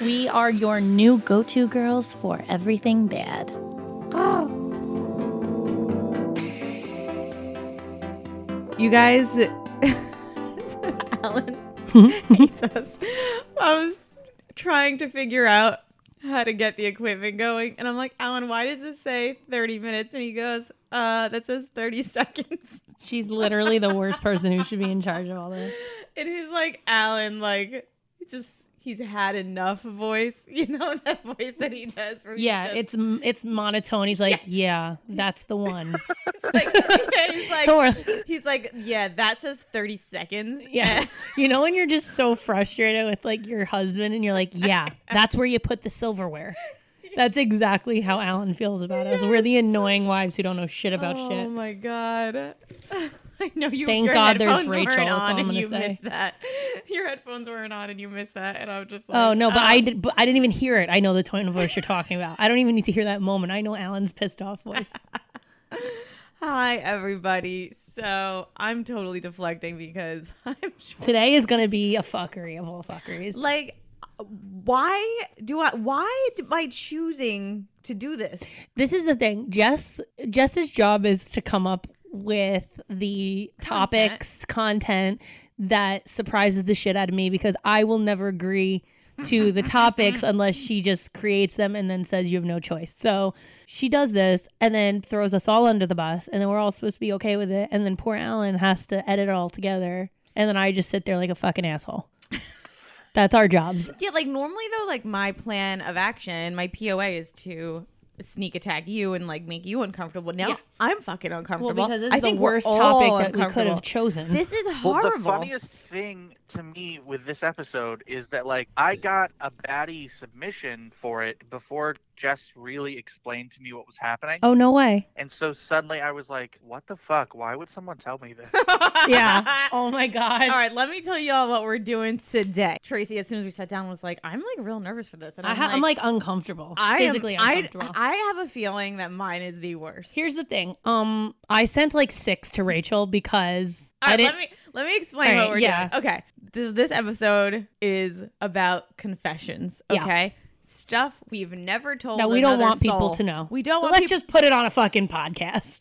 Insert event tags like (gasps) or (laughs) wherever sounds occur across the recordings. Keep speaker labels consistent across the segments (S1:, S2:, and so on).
S1: We are your new go to girls for everything bad. (laughs)
S2: You guys, Alan hates us. I was trying to figure out how to get the equipment going, and I'm like, Alan, why does this say 30 minutes? And he goes, uh, that says 30 (laughs) seconds.
S1: She's literally the worst person who should be in charge of all this.
S2: It is like Alan, like just he's had enough voice, (laughs) you know that voice that he does. Where he
S1: Yeah,
S2: just-
S1: it's it's monotone. He's like, yeah, that's the one.
S2: it's (laughs)
S1: (laughs)
S2: like, yeah, he's
S1: Or-
S2: (laughs) like he's like yeah, that says 30 seconds.
S1: yeah, you know when you're just so frustrated with like your husband, and you're like, yeah, that's where you put the silverware. That's exactly how Alan feels about us. We're the annoying wives who don't know shit about
S2: oh
S1: shit.
S2: my god.
S3: (laughs)
S2: I know you.
S1: Thank
S2: your
S1: God there's
S2: headphones
S1: Rachel,
S2: Weren't
S1: that's all
S2: on
S1: I'm
S2: and
S1: gonna
S2: you
S1: say.
S2: missed that.
S3: (laughs)
S2: Your headphones weren't on and you missed that, and I'm just like.
S1: Oh no, but I
S2: um,
S1: did. But I didn't even hear it. I know the tone of voice you're talking about. I don't even need to hear that moment. I know Alan's pissed off voice.
S2: Hi everybody. So I'm totally deflecting
S3: (laughs)
S2: because I'm sure.
S1: Today is going to be a fuckery of all fuckeries.
S3: Like, why do I? Why am I choosing to do this?
S1: this is the thing. Jess Jess's job is to come up with the topics, content that surprises the shit out of me because I will never agree (laughs) to the topics unless she just creates them and then says you have no choice. So she does this and then throws us all under the bus and then we're all supposed to be okay with it and then poor Alan has to edit it all together and then I just sit there like a fucking (laughs) asshole. That's our jobs.
S3: Yeah, like normally though, like my plan of action, my POA is to sneak attack you and like make you uncomfortable. Now I'm fucking uncomfortable. I think we're all uncomfortable.
S1: chosen.
S3: This is
S4: Well,
S3: horrible.
S4: the funniest thing to me with this episode is that like I got a baddie submission for it before Jess really explained to me what was happening,
S1: oh no way. (laughs)
S4: and so suddenly I was like, "What the fuck? Why would someone tell me this?"
S1: yeah. Oh my god.
S2: All right, let me tell y'all what we're doing today.
S3: Tracy, as soon as we sat down, was like, I'm like real nervous for this, and
S1: I
S3: I'm,
S1: ha-
S3: like,
S1: I'm like uncomfortable.
S2: I am-
S1: physically
S2: I-
S1: uncomfortable.
S2: I have a feeling that mine is the worst.
S1: Here's the thing. Um, I sent like six to Rachel because
S2: All
S1: I
S2: right,
S1: didn't.
S2: let me let me explain
S1: All right,
S2: what we're
S1: yeah.
S2: doing. Okay, Th- this episode is about confessions.
S1: Yeah.
S2: Okay, stuff we've never told.
S1: no, we don't
S2: another
S1: want people
S2: soul.
S1: to know.
S2: We don't
S1: So
S2: want
S1: let's
S2: people.
S1: just put it on a fucking podcast.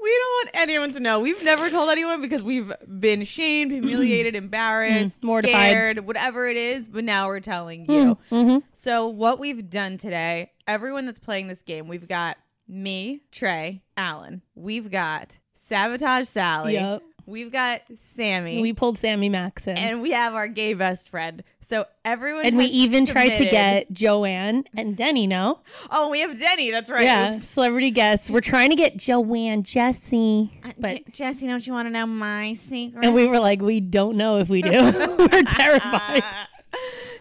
S2: we don't want anyone to know. We've never told anyone because we've been
S1: (clears throat)
S2: shamed, humiliated, embarrassed,
S1: Mm, mortified. Mm.
S2: scared, whatever it is. But now we're telling you.
S1: Mm-hmm.
S2: So what we've done today, everyone that's playing this game, we've got me, Trey, Alan. We've got Sabotage Sally.
S1: Yep.
S2: We've got Sammy.
S1: We pulled Sammy Max in, and,
S2: and we have our gay best friend. So everyone
S1: we
S2: has
S1: even tried to
S2: submitted-
S1: get Joanne and Denny. No,
S2: Oh, we have Denny. That's right.
S1: yeah,
S2: Oops.
S1: celebrity guests. We're trying to get Joanne, Jesse, but
S2: But Uh, Jesse, don't you want to know my secret?
S1: and we were like, we don't know if we do. (laughs) we're
S2: (laughs)
S1: terrified.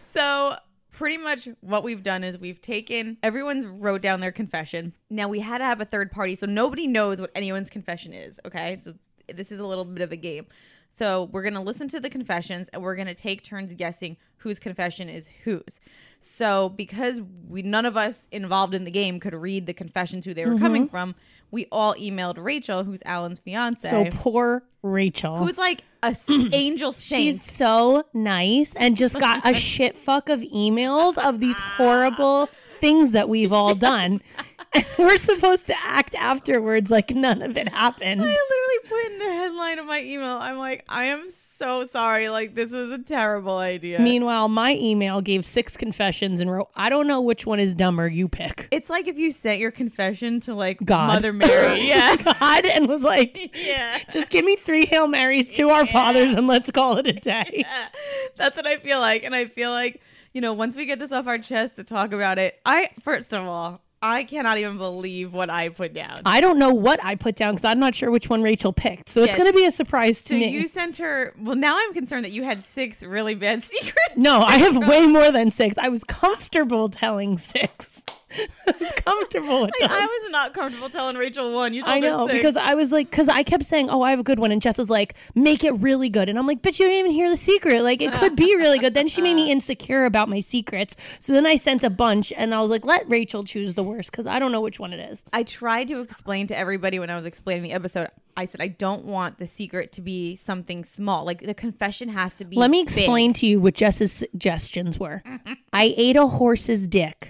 S2: so pretty much what we've done is we've taken everyone's wrote down their confession. Now we had to have a third party, so nobody knows what anyone's confession is. Okay, so this is a little bit of a game. So we're gonna listen to the confessions, and we're gonna take turns guessing whose confession is whose. So because we none of us involved in the game could read the confessions who they
S1: Mm-hmm.
S2: were coming from, we all emailed Rachel, who's Alan's fiance,
S1: So poor Rachel.
S2: who's like
S1: (clears throat)
S2: a s- angel saint.
S1: She's so nice and just got
S2: (laughs)
S1: a shit fuck of emails of these horrible things that we've all done. And (laughs) we're supposed to act afterwards like none of it happened.
S2: I literally put in the headline of my email. I'm like, I am so sorry. Like, this was a terrible idea.
S1: Meanwhile, my email gave six confessions and wrote, I don't know which one is dumber, you pick.
S2: it's like if you sent your confession to like
S1: God. (laughs)
S2: Mother Mary. yeah.
S1: God, and was like,
S2: (laughs) Yeah.
S1: just give me three Hail Marys to our fathers and let's call it a day.
S2: That's what I feel like. And I feel like, you know, once we get this off our chest to talk about it, I, first of all, I cannot even believe what I put down.
S1: I don't know what I put down because I'm not sure which one Rachel picked. So it's
S2: Yes.
S1: going to be a surprise to
S2: So
S1: me.
S2: you sent her. Well, now I'm concerned that you had six really bad (laughs) secrets.
S1: No, I have way more than six. I was comfortable telling six. (laughs) I was comfortable with
S2: I
S1: those.
S2: was not comfortable telling Rachel one. You told
S1: I know
S2: her six.
S1: because I was like, because I kept saying, "Oh, I have a good one," and Jess is like, "Make it really good," and I'm like, "But you didn't even hear the secret. Like, it could be really good." Then she
S2: (laughs)
S1: made me insecure about my secrets. So then I sent a bunch, and I was like, "Let Rachel choose the worst because I don't know which one it is."
S2: I tried to explain to everybody when I was explaining the episode. I said I don't want the secret to be something small. Like the confession has to be.
S1: Let me
S2: big.
S1: explain to you what Jess's suggestions were. I ate a horse's dick.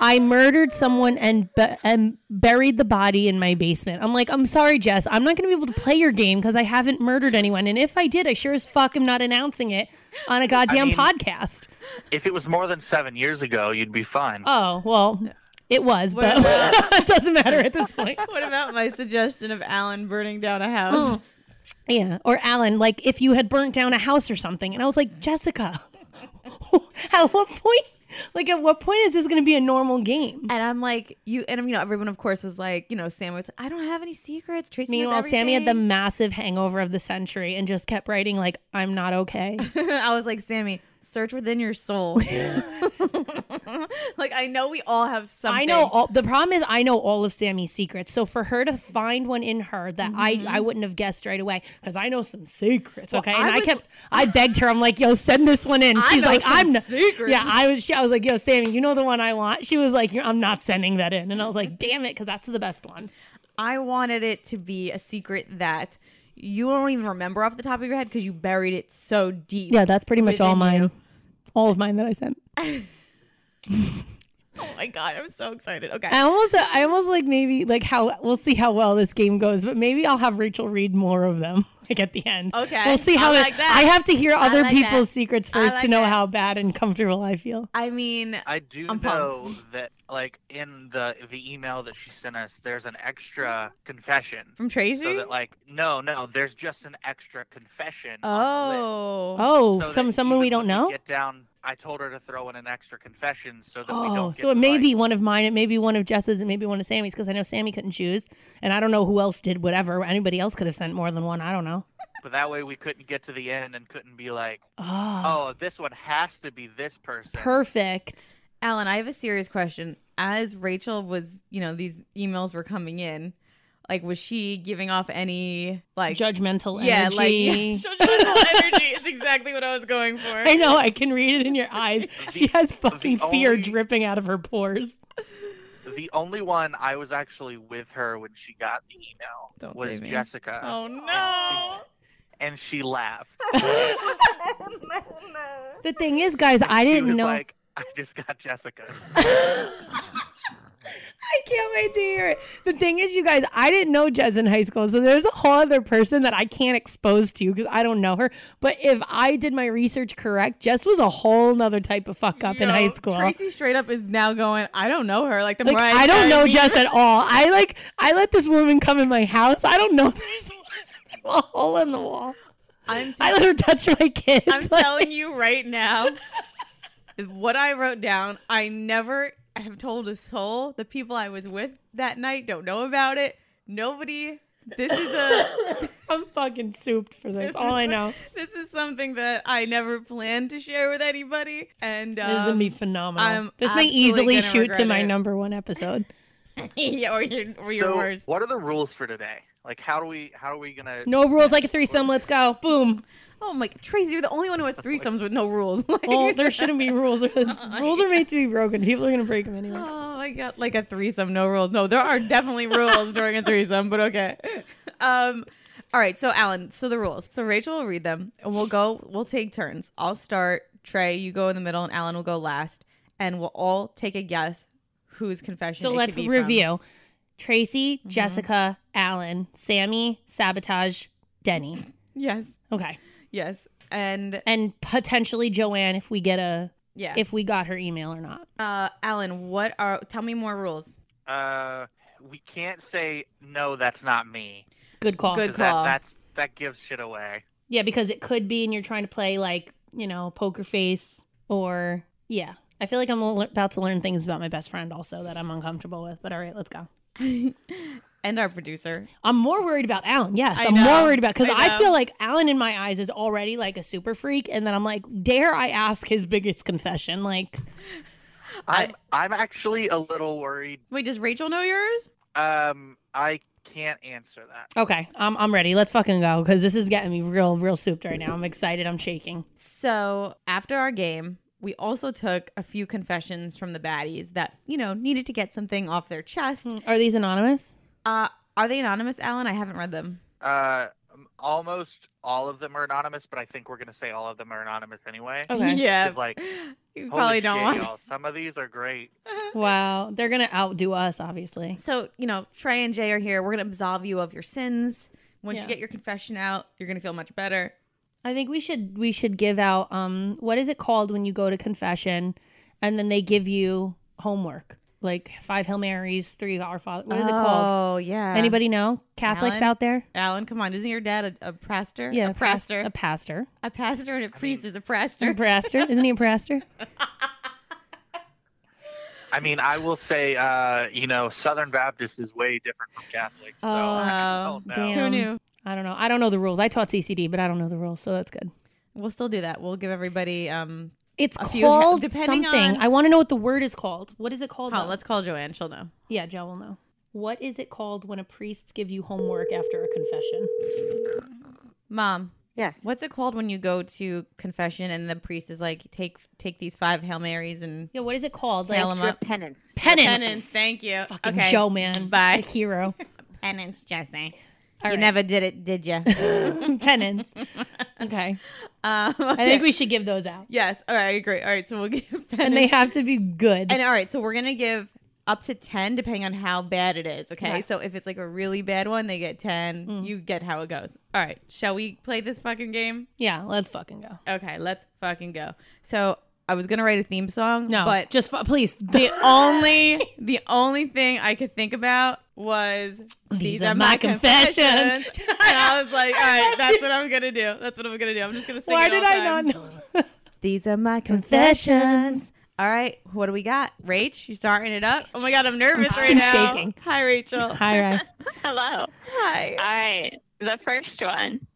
S1: I murdered someone and bu- and buried the body in my basement. I'm like, I'm sorry, Jess. I'm not going to be able to play your game because I haven't murdered anyone. And if I did, I sure as fuck am not announcing it on a goddamn
S4: mean-
S1: podcast.
S4: If it was more than seven years ago, you'd be fine.
S1: Oh well, it was, but (laughs) it doesn't matter at this point.
S2: What about my suggestion of Alan burning down a house?
S1: Oh. Yeah, or Alan, like if you had burnt down a house or something, and I was like, Jessica, (laughs) at what point? Like, at what point is this going to be a normal game?
S2: And I'm like, you and you know, everyone of course was like, you know, Sam was like, I don't have any secrets. Tracy knows
S1: Meanwhile, Sammy had the
S2: everything."
S1: massive hangover of the century and just kept writing like, "I'm not okay."
S2: (laughs) I was like, Sammy, search within
S1: (laughs)
S2: your soul. (laughs) like I know we all have something.
S1: I know all the problem is I know all of Sammy's secrets. So for her to find one in her that I I wouldn't have guessed right away because I know some secrets. Okay, and
S2: I
S1: Mm-hmm. I,
S2: was-
S1: kept I begged her. I'm like, yo, send this one in. She's
S2: know
S1: like,
S2: some
S1: I'm not.
S2: secrets.
S1: Yeah, I was. She, I was like, yo, Sammy, you know the one I want. She was like, you're, I'm not sending that in. And I was like, damn it, because that's the best one.
S2: I wanted it to be a secret that you don't even remember off the top of your head because you buried it so deep.
S1: Yeah, that's pretty much all
S2: Within
S1: mine.
S2: you.
S1: All of mine that I sent.
S2: (laughs) Oh my god, I'm so excited. Okay.
S1: I almost, I almost like maybe like how we'll see how well this game goes, but maybe I'll have Rachel read more of them (laughs) like at the end.
S2: Okay.
S1: we'll see
S2: I
S1: how it-
S2: like that.
S1: I have to hear other
S2: like
S1: people's
S2: that.
S1: secrets
S2: I
S1: first to
S2: like
S1: know
S2: that.
S1: how bad and comfortable I feel.
S2: I mean,
S4: I do
S2: I'm
S4: know
S2: pumped.
S4: that, like in the the email that she sent us, there's an extra confession.
S2: from Tracy.
S4: So that, like, no, no, there's just an extra confession. on the list.
S2: oh.
S1: Oh,
S4: So that
S1: some someone we don't
S4: even when
S1: know.
S4: Get down. I told her to throw in an extra confession so that we
S1: Oh,
S4: don't. Get
S1: so it may
S4: like-
S1: be one of mine. It may be one of Jess's. It may be one of Sammy's because I know Sammy couldn't choose, and I don't know who else did whatever. Anybody else could have sent more than one. I don't know.
S4: But that way we couldn't get to the end and couldn't be like,
S2: Ah,
S1: Oh,
S4: oh, this one has to be this person.
S1: perfect.
S2: Alan, I have a serious question. As Rachel was, you know, these emails were coming in, like, was she giving off any, like,
S1: Judgmental
S2: yeah,
S1: energy.
S2: like, (laughs) yeah,
S1: (laughs)
S2: judgmental energy is exactly what I was going for.
S1: I know. I can read it
S4: (laughs)
S1: in your eyes. She has fucking
S4: the
S1: fear
S4: only-
S1: dripping out of her pores.
S4: The only one I was actually with her when she got the email
S2: Don't say
S4: was
S2: me.
S4: Jessica.
S2: Oh,
S4: And she-
S2: no.
S4: And
S1: (laughs)
S4: she laughed.
S1: The thing is, guys, I
S4: She
S1: didn't
S4: was
S1: know.
S4: Like, I just got Jessica.
S1: I can't wait to hear it. The thing is, you guys, I didn't know Jez in high school, so there's a whole other person that I can't expose to you because I don't know her. But if I did my research correct, Jess was a whole nother type of fuck up in
S2: Yo,
S1: high school.
S2: Tracy straight up is now going, I don't know her. Like, the
S1: like
S2: Mariah
S1: I don't
S2: Carey
S1: know
S2: meme.
S1: Jess at all. I like I let this woman come in my house. I don't know (laughs) there's a hole in the wall.
S2: I'm, t-
S1: I let her touch my kids. (laughs)
S2: I'm
S1: Like,
S2: telling you
S1: (laughs)
S2: right now, what I wrote down, I never have told a soul. The people I was with that night don't know about it. Nobody. This
S1: (laughs)
S2: is a
S1: I'm fucking souped for this. All I know.
S2: this is something that I never planned to share with anybody. And um,
S1: This is gonna be phenomenal.
S2: I'm
S1: this may
S2: absolutely
S1: easily
S2: gonna
S1: shoot to
S2: regret
S1: my
S2: it.
S1: number one episode.
S2: (laughs) yeah, or your or your
S4: so,
S2: worst.
S4: what are the rules for today? Like, how do we? How are we gonna?
S1: No rules like a threesome. Let's go. Boom.
S2: Oh my, Tracy, you're the only one who has threesomes with no rules. (laughs) Like-
S1: Well, (laughs) there shouldn't be rules. rules are made to be broken. People are gonna break them
S2: (laughs)
S1: anyway.
S2: Oh my god, like a threesome, no rules. No, there are definitely rules during a threesome, but okay. Um, all right, so Alan, so the rules. So Rachel will read them, and we'll go. We'll take turns. I'll start. Trey, you go in the middle, and Alan will go last, and we'll all take a guess whose confession.
S1: So
S2: it could
S1: let's
S2: be from.
S1: review. Tracy, Jessica, Alan, Sammy, Sabotage, Denny.
S2: Yes,
S1: Okay.
S2: yes, and
S1: And potentially Joanne if we get a
S2: yeah.
S1: if we got her email or not.
S2: uh, Alan, what are? Tell me more rules.
S4: Uh, we can't say no. That's not me.
S1: Good call.
S2: Good
S4: 'cause that-
S2: call.
S4: that's that gives shit away.
S1: Yeah, because it could be and you're trying to play like, you know, poker face or yeah. I feel like I'm le- about to learn things about my best friend also that I'm uncomfortable with. But all right, let's go.
S2: and our producer.
S1: I'm more worried about Alan. Yes,
S2: I
S1: I'm
S2: know.
S1: more worried about because
S2: I
S1: I,
S2: know.
S1: feel like Alan in my eyes is already like a super freak, and then I'm like, dare I ask his biggest confession? Like,
S4: I'm I'm actually a little worried.
S2: Wait, does Rachel know yours?
S4: Um, I can't answer that.
S1: okay, I'm I'm ready. Let's fucking go because this is getting me real real souped right now. I'm excited. I'm shaking.
S2: So after our game, we also took a few confessions from the baddies that, you know, needed to get something off their chest.
S1: Are these anonymous?
S2: Uh, are they anonymous, Alan? I haven't read them.
S4: Uh, um, almost all of them are anonymous, but I think we're gonna say all of them are anonymous anyway.
S1: Okay.
S2: Yeah.
S4: 'Cause, like,
S2: Oh, (laughs) you
S4: holy
S2: probably don't
S4: shit,
S2: want.
S4: y'all, Some of these are great.
S1: Wow, they're gonna outdo us, obviously.
S2: (laughs) So, you know, Trey and Jay are here. We're going to absolve you of your sins. Once
S1: Yeah.
S2: you get your confession out, you're going to feel much better.
S1: I think we should we should give out um what is it called when you go to confession, and then they give you homework like five Hail Marys, three Our Father. What is it called?
S2: Oh, yeah.
S1: Anybody know Catholics
S2: Alan?
S1: out there?
S2: Alan, come on. Isn't your dad a, a pastor?
S1: Yeah,
S2: A
S1: pas-
S2: pastor.
S1: a
S2: (laughs)
S1: pastor,
S2: A pastor and a priest is a
S1: a
S2: pastor.
S1: pastor. Isn't he a pastor?
S4: I mean, I will say, uh, you know, Southern Baptist is way different from Catholic. So I
S2: Oh,
S4: don't know.
S1: damn.
S2: Who knew?
S1: I don't know. I don't know the rules. I taught CCD, but I don't know the rules, so that's good.
S2: We'll still do that. We'll give everybody. um
S1: It's
S2: A few-
S1: called
S2: depending
S1: something.
S2: on-
S1: I want to know what the word is called. What is it called?
S2: Oh,
S1: though?
S2: let's call Joanne. She'll know.
S1: Yeah, Joe will know. What is it called when a priest gives you homework after a confession?
S2: Mom,
S5: Yes.
S2: what's it called when you go to confession and the priest is like, take take these five hail marys and
S1: Yeah, what is it called?
S2: Hail 'em
S5: It's your
S2: up.
S5: penance.
S1: penance.
S2: Thank you.
S1: Fucking Joe, man.
S2: Bye.
S1: What a
S2: (laughs)
S1: hero. (laughs)
S2: Penance, Jesse.
S1: All
S2: you
S1: right.
S2: never did it, did (laughs) you?
S1: penance. Okay.
S2: um,
S1: I think we should give those out.
S2: Yes. All right. I agree. All right. So we'll (laughs) give penance.
S1: And they have to be good.
S2: And all right, so we're gonna give up to ten depending on how bad it is. Okay,
S1: Yeah.
S2: so if it's like a really bad one, they get ten.
S1: Mm.
S2: You get how it goes. All right, shall we play this fucking game?
S1: yeah, let's fucking go.
S2: Okay, let's fucking go. So I was gonna write a theme song,
S1: No,
S2: but
S1: just fu- please. (laughs)
S2: the only the only thing I could think about was these,
S1: are my confessions.
S2: confessions. (laughs) and I
S1: (laughs)
S2: was like, all right, that's what I'm gonna do. That's what I'm gonna do. I'm just gonna sing.
S1: Why
S2: it all
S1: did I
S2: time.
S1: not know? (laughs)
S2: These are my
S1: Confessions.
S2: confessions. All right, what do we got? Rach, you starting it up? Oh my god, I'm nervous
S1: I'm
S2: right now.
S1: shaking.
S2: Hi, Rachel.
S1: Hi, Ryan.
S6: Hello.
S2: Hi.
S6: All right. The first one.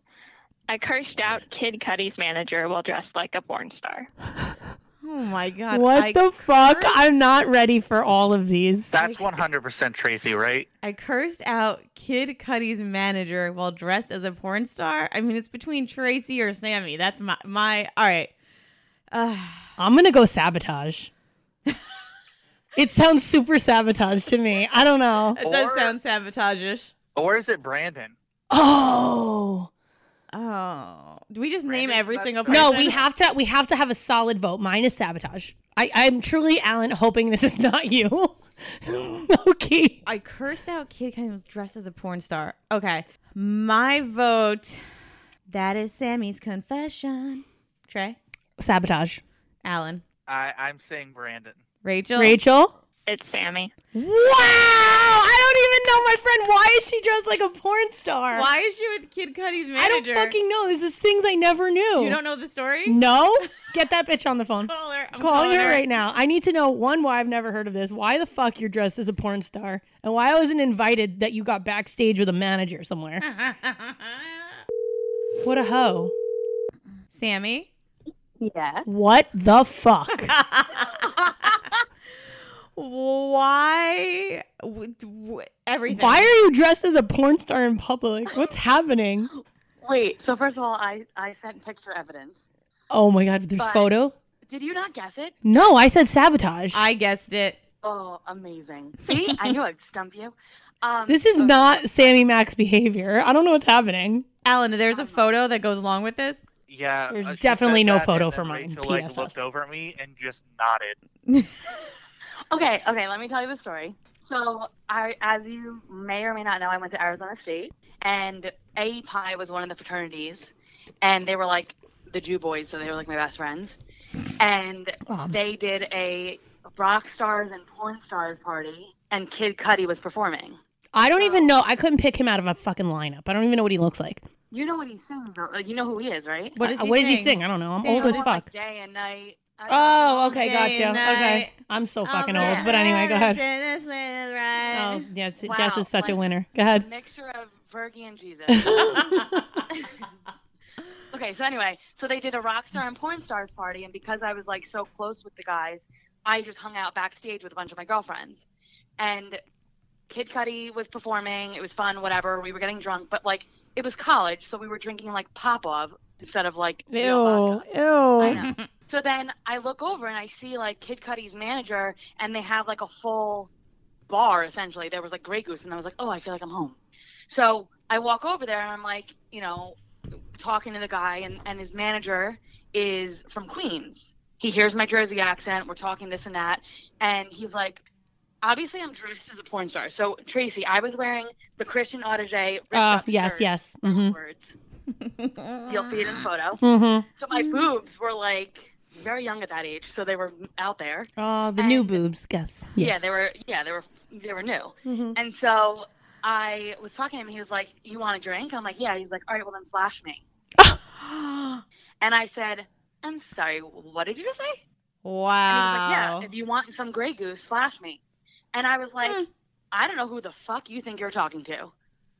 S6: I cursed out Kid Cudi's manager while dressed like a porn star.
S2: Oh my god.
S1: What
S2: I,
S1: the fuck? I'm not ready for all of these.
S4: That's 100% Tracy, right?
S2: I cursed out Kid Cudi's manager while dressed as a porn star. I mean, it's between Tracy or Sammy. That's my my. All right. Uh,
S1: I'm gonna go sabotage. it sounds super sabotage to me. I don't know.
S2: that does
S4: Or-
S2: sound sabotage-ish.
S4: Or is it Brandon?
S1: Oh
S2: Oh, do we just name
S4: Brandon's
S2: every
S4: best
S2: single person?
S4: friend.
S1: no, we have to we have to have a solid vote. Mine is sabotage. I, I'm truly Alan hoping this is not you. (laughs) okay.
S2: I cursed out Kid Cudi was dressed as a porn star. Okay. My vote. That is Sammy's confession. Trey,
S1: Sabotage.
S2: Alan,
S4: I, I'm saying Brandon.
S2: Rachel.
S1: Rachel?
S6: It's Sammy.
S1: Wow! I don't even know my friend. Why is she dressed like a porn star?
S2: Why is she with Kid Cudi's
S1: I don't
S2: manager?
S1: fucking know. This is things I never knew.
S2: You don't know the story? (laughs)
S1: No? Get that bitch on the phone.
S2: Call her. I'm
S1: calling her
S2: her.
S1: right
S2: (laughs)
S1: now. I need to know one why I've never heard of this. Why the fuck you're dressed as a porn star, and why I wasn't invited that you got backstage with a manager somewhere.
S2: (laughs)
S1: What a hoe!
S2: Sammy.
S5: Yes.
S1: What the fuck?
S2: (laughs) Why? w- w- Everything.
S1: Why are you dressed as a porn star in public?
S2: (laughs)
S1: What's happening?
S5: Wait. So first of all, I I sent picture evidence.
S1: Oh my god, there's
S5: But-
S1: photo.
S5: Did you not guess it?
S1: No, I said sabotage.
S2: I guessed it.
S5: Oh, amazing.
S1: (laughs)
S5: See, I knew I'd stump you. Um,
S1: this is
S5: so-
S1: not Sammy Max behavior. I don't know what's happening.
S2: Alan, there's a photo that goes along with
S1: Oh,
S2: this.
S4: Yeah.
S1: There's
S4: uh, she
S1: definitely
S4: said
S1: no
S4: that,
S1: photo
S4: and then
S1: for mine,
S4: Rachel like
S1: PSS.
S4: looked over at me and just nodded.
S5: Okay. Okay. Let me tell you the story. So, I, as you may or may not know, I went to Arizona State, and A Pi was one of the fraternities, and they were like the Jew boys, so they were like my best friends, and
S1: Oh, I'm
S5: they did a rock stars and porn stars party, and Kid Cudi was performing.
S1: I don't
S2: Oh.
S1: even know. I couldn't pick him out of a fucking lineup. I don't even know what he looks like.
S5: You know what he sings, though. You know who he is, right?
S2: What does
S1: Uh,
S2: he
S1: what does he
S2: sing?
S1: sing? I don't know. I'm
S2: Sing
S1: old as
S5: Like
S1: fuck.
S5: day and night. I got
S1: Oh,
S5: the
S1: okay,
S2: Day
S1: gotcha.
S2: and
S1: Okay,
S2: night.
S1: I'm so fucking
S5: Oh, man.
S1: old, but anyway, go ahead.
S2: ahead.
S1: Oh, yes,
S5: Wow,
S1: Jess is such a
S5: like-
S1: winner. Go ahead.
S5: mixture of Fergie
S1: (laughs)
S5: and Jesus. (laughs) okay, so anyway, so they did a rock star and porn stars party, and because I was like so close with the guys, I just hung out backstage with a bunch of my girlfriends, and Kid Cudi was performing. It was fun, whatever. We were getting drunk, but like it was college, so we were drinking like Popov instead of like
S1: Ew,
S5: real vodka.
S1: ew.
S2: Oh.
S5: (laughs) I know. So then I look over and I see like Kid Cudi's manager, and they have like a full bar essentially. There was like Grey Goose, and I was like, oh, I feel like I'm home. So I walk over there and I'm like, you know, talking to the guy, and, and his manager is from Queens. He hears my Jersey accent. We're talking this and that, and he's like, obviously I'm dressed as a porn star. So Tracy, I was wearing the Christian Audigier. ripped
S1: Ah,
S5: up
S1: yes,
S5: shirt
S1: yes. Mm-hmm.
S5: Words. You'll see it in the photo.
S1: Mm-hmm.
S5: So my
S2: Mm.
S5: boobs were like very young at that age, so they were out there.
S1: Oh, the new
S5: And-
S1: boobs. Yes.
S5: Yeah, Mm-hmm.
S1: Yes.
S5: they were. Yeah, they were. They were new.
S1: Mhm.
S5: And so I was talking to him. He was like, "You want a drink?" I'm like, "Yeah." He's like, "All right, well then, flash me." and I said, "I'm sorry. What did you just say?" And he was like,
S2: Wow.
S5: "Yeah, if you want some Grey Goose, flash me." And I was like, "I don't know who the fuck you think you're talking to."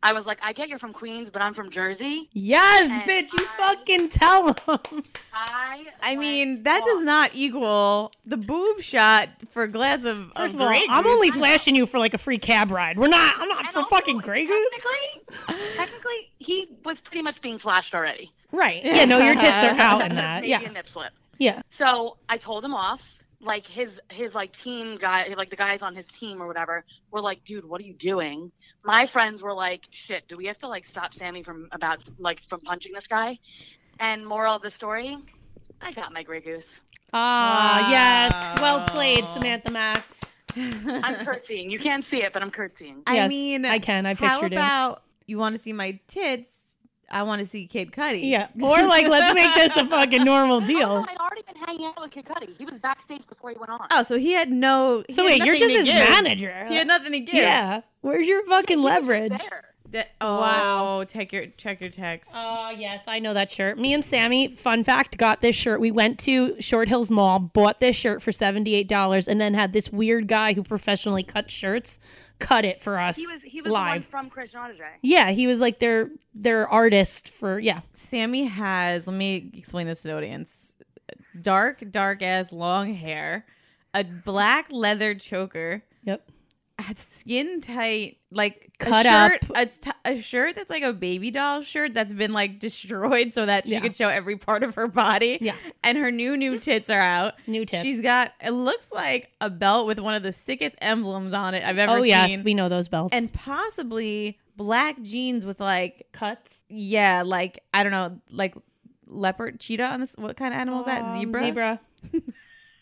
S5: I was like, "I get you're from Queens, but I'm from Jersey."
S1: Yes,
S5: And
S1: bitch, you
S5: I-
S1: fucking
S5: (laughs)
S1: tell them.
S5: I.
S2: I
S5: went
S2: mean, that does
S5: off.
S2: not equal the boob shot for a glass of.
S1: First of
S2: of
S1: all,
S2: Grey
S1: I'm
S2: Goose. (laughs)
S1: only flashing you for like a free cab ride. We're not. I'm not
S5: And
S1: for
S5: also,
S1: fucking Grey
S5: (laughs)
S1: Goose.
S5: Technically, technically, he was pretty much being flashed already.
S1: Right. Yeah. No, your tits are out
S5: (laughs)
S1: in that.
S5: Maybe
S1: Yeah.
S5: a nip slip.
S1: Yeah.
S5: So I told him off. Like his his like team guy, like the guys on his team or whatever, were like, "Dude, what are you doing?" My friends were like, "Shit, do we have to like stop Sammy from about like from punching this guy?" And moral of the story, I got my gray goose.
S1: Ah, yes. Well
S2: Wow.
S1: played, Samantha Max. (laughs)
S5: I'm curtsying. You can't see it, but I'm curtsying.
S2: I
S1: Yes,
S2: mean,
S1: I can. I
S2: how
S1: pictured it.
S2: about you want to see my tits? I want to see Kid Cudi. (laughs)
S1: Yeah. Or like, let's make this a fucking normal deal.
S5: Also, I'd already been hanging out with Kid Cudi. He was backstage before he went on.
S2: Oh, so he had no. he
S1: So
S2: had
S1: wait, you're
S2: nothing
S1: just
S2: to
S1: his
S2: give.
S1: manager.
S2: He had nothing to give.
S1: Yeah. Where's your fucking leverage?
S5: There.
S2: That- oh, wow. Check your check your text.
S1: Oh, yes, I know that shirt. Me and Sammy, fun fact, got this shirt. We went to Short Hills Mall, bought this shirt for $78, and then had this weird guy who professionally cuts shirts cut it for us
S5: He was he was the one
S1: live.
S5: from Christian Audigier.
S1: Yeah, he was like their their artist for yeah.
S2: Sammy has, let me explain this to the audience dark, dark ass long hair, a black leather choker, (laughs)
S1: Yep.
S2: a skin tight, like
S1: Cut
S2: a shirt,
S1: up.
S2: A, t- a shirt that's like a baby doll shirt that's been like destroyed so that she
S1: Yeah.
S2: could show every part of her body.
S1: Yeah.
S2: And her new, new tits are out.
S1: New tip.
S2: She's got, it looks like a belt with one of the sickest emblems on it I've ever
S1: oh
S2: seen.
S1: yes, we know those belts.
S2: and possibly black jeans with like
S1: cuts.
S2: yeah, like I don't know, like leopard, cheetah on this. What kind of animal is that?
S1: Um,
S2: Zebra. (laughs)
S1: Zebra.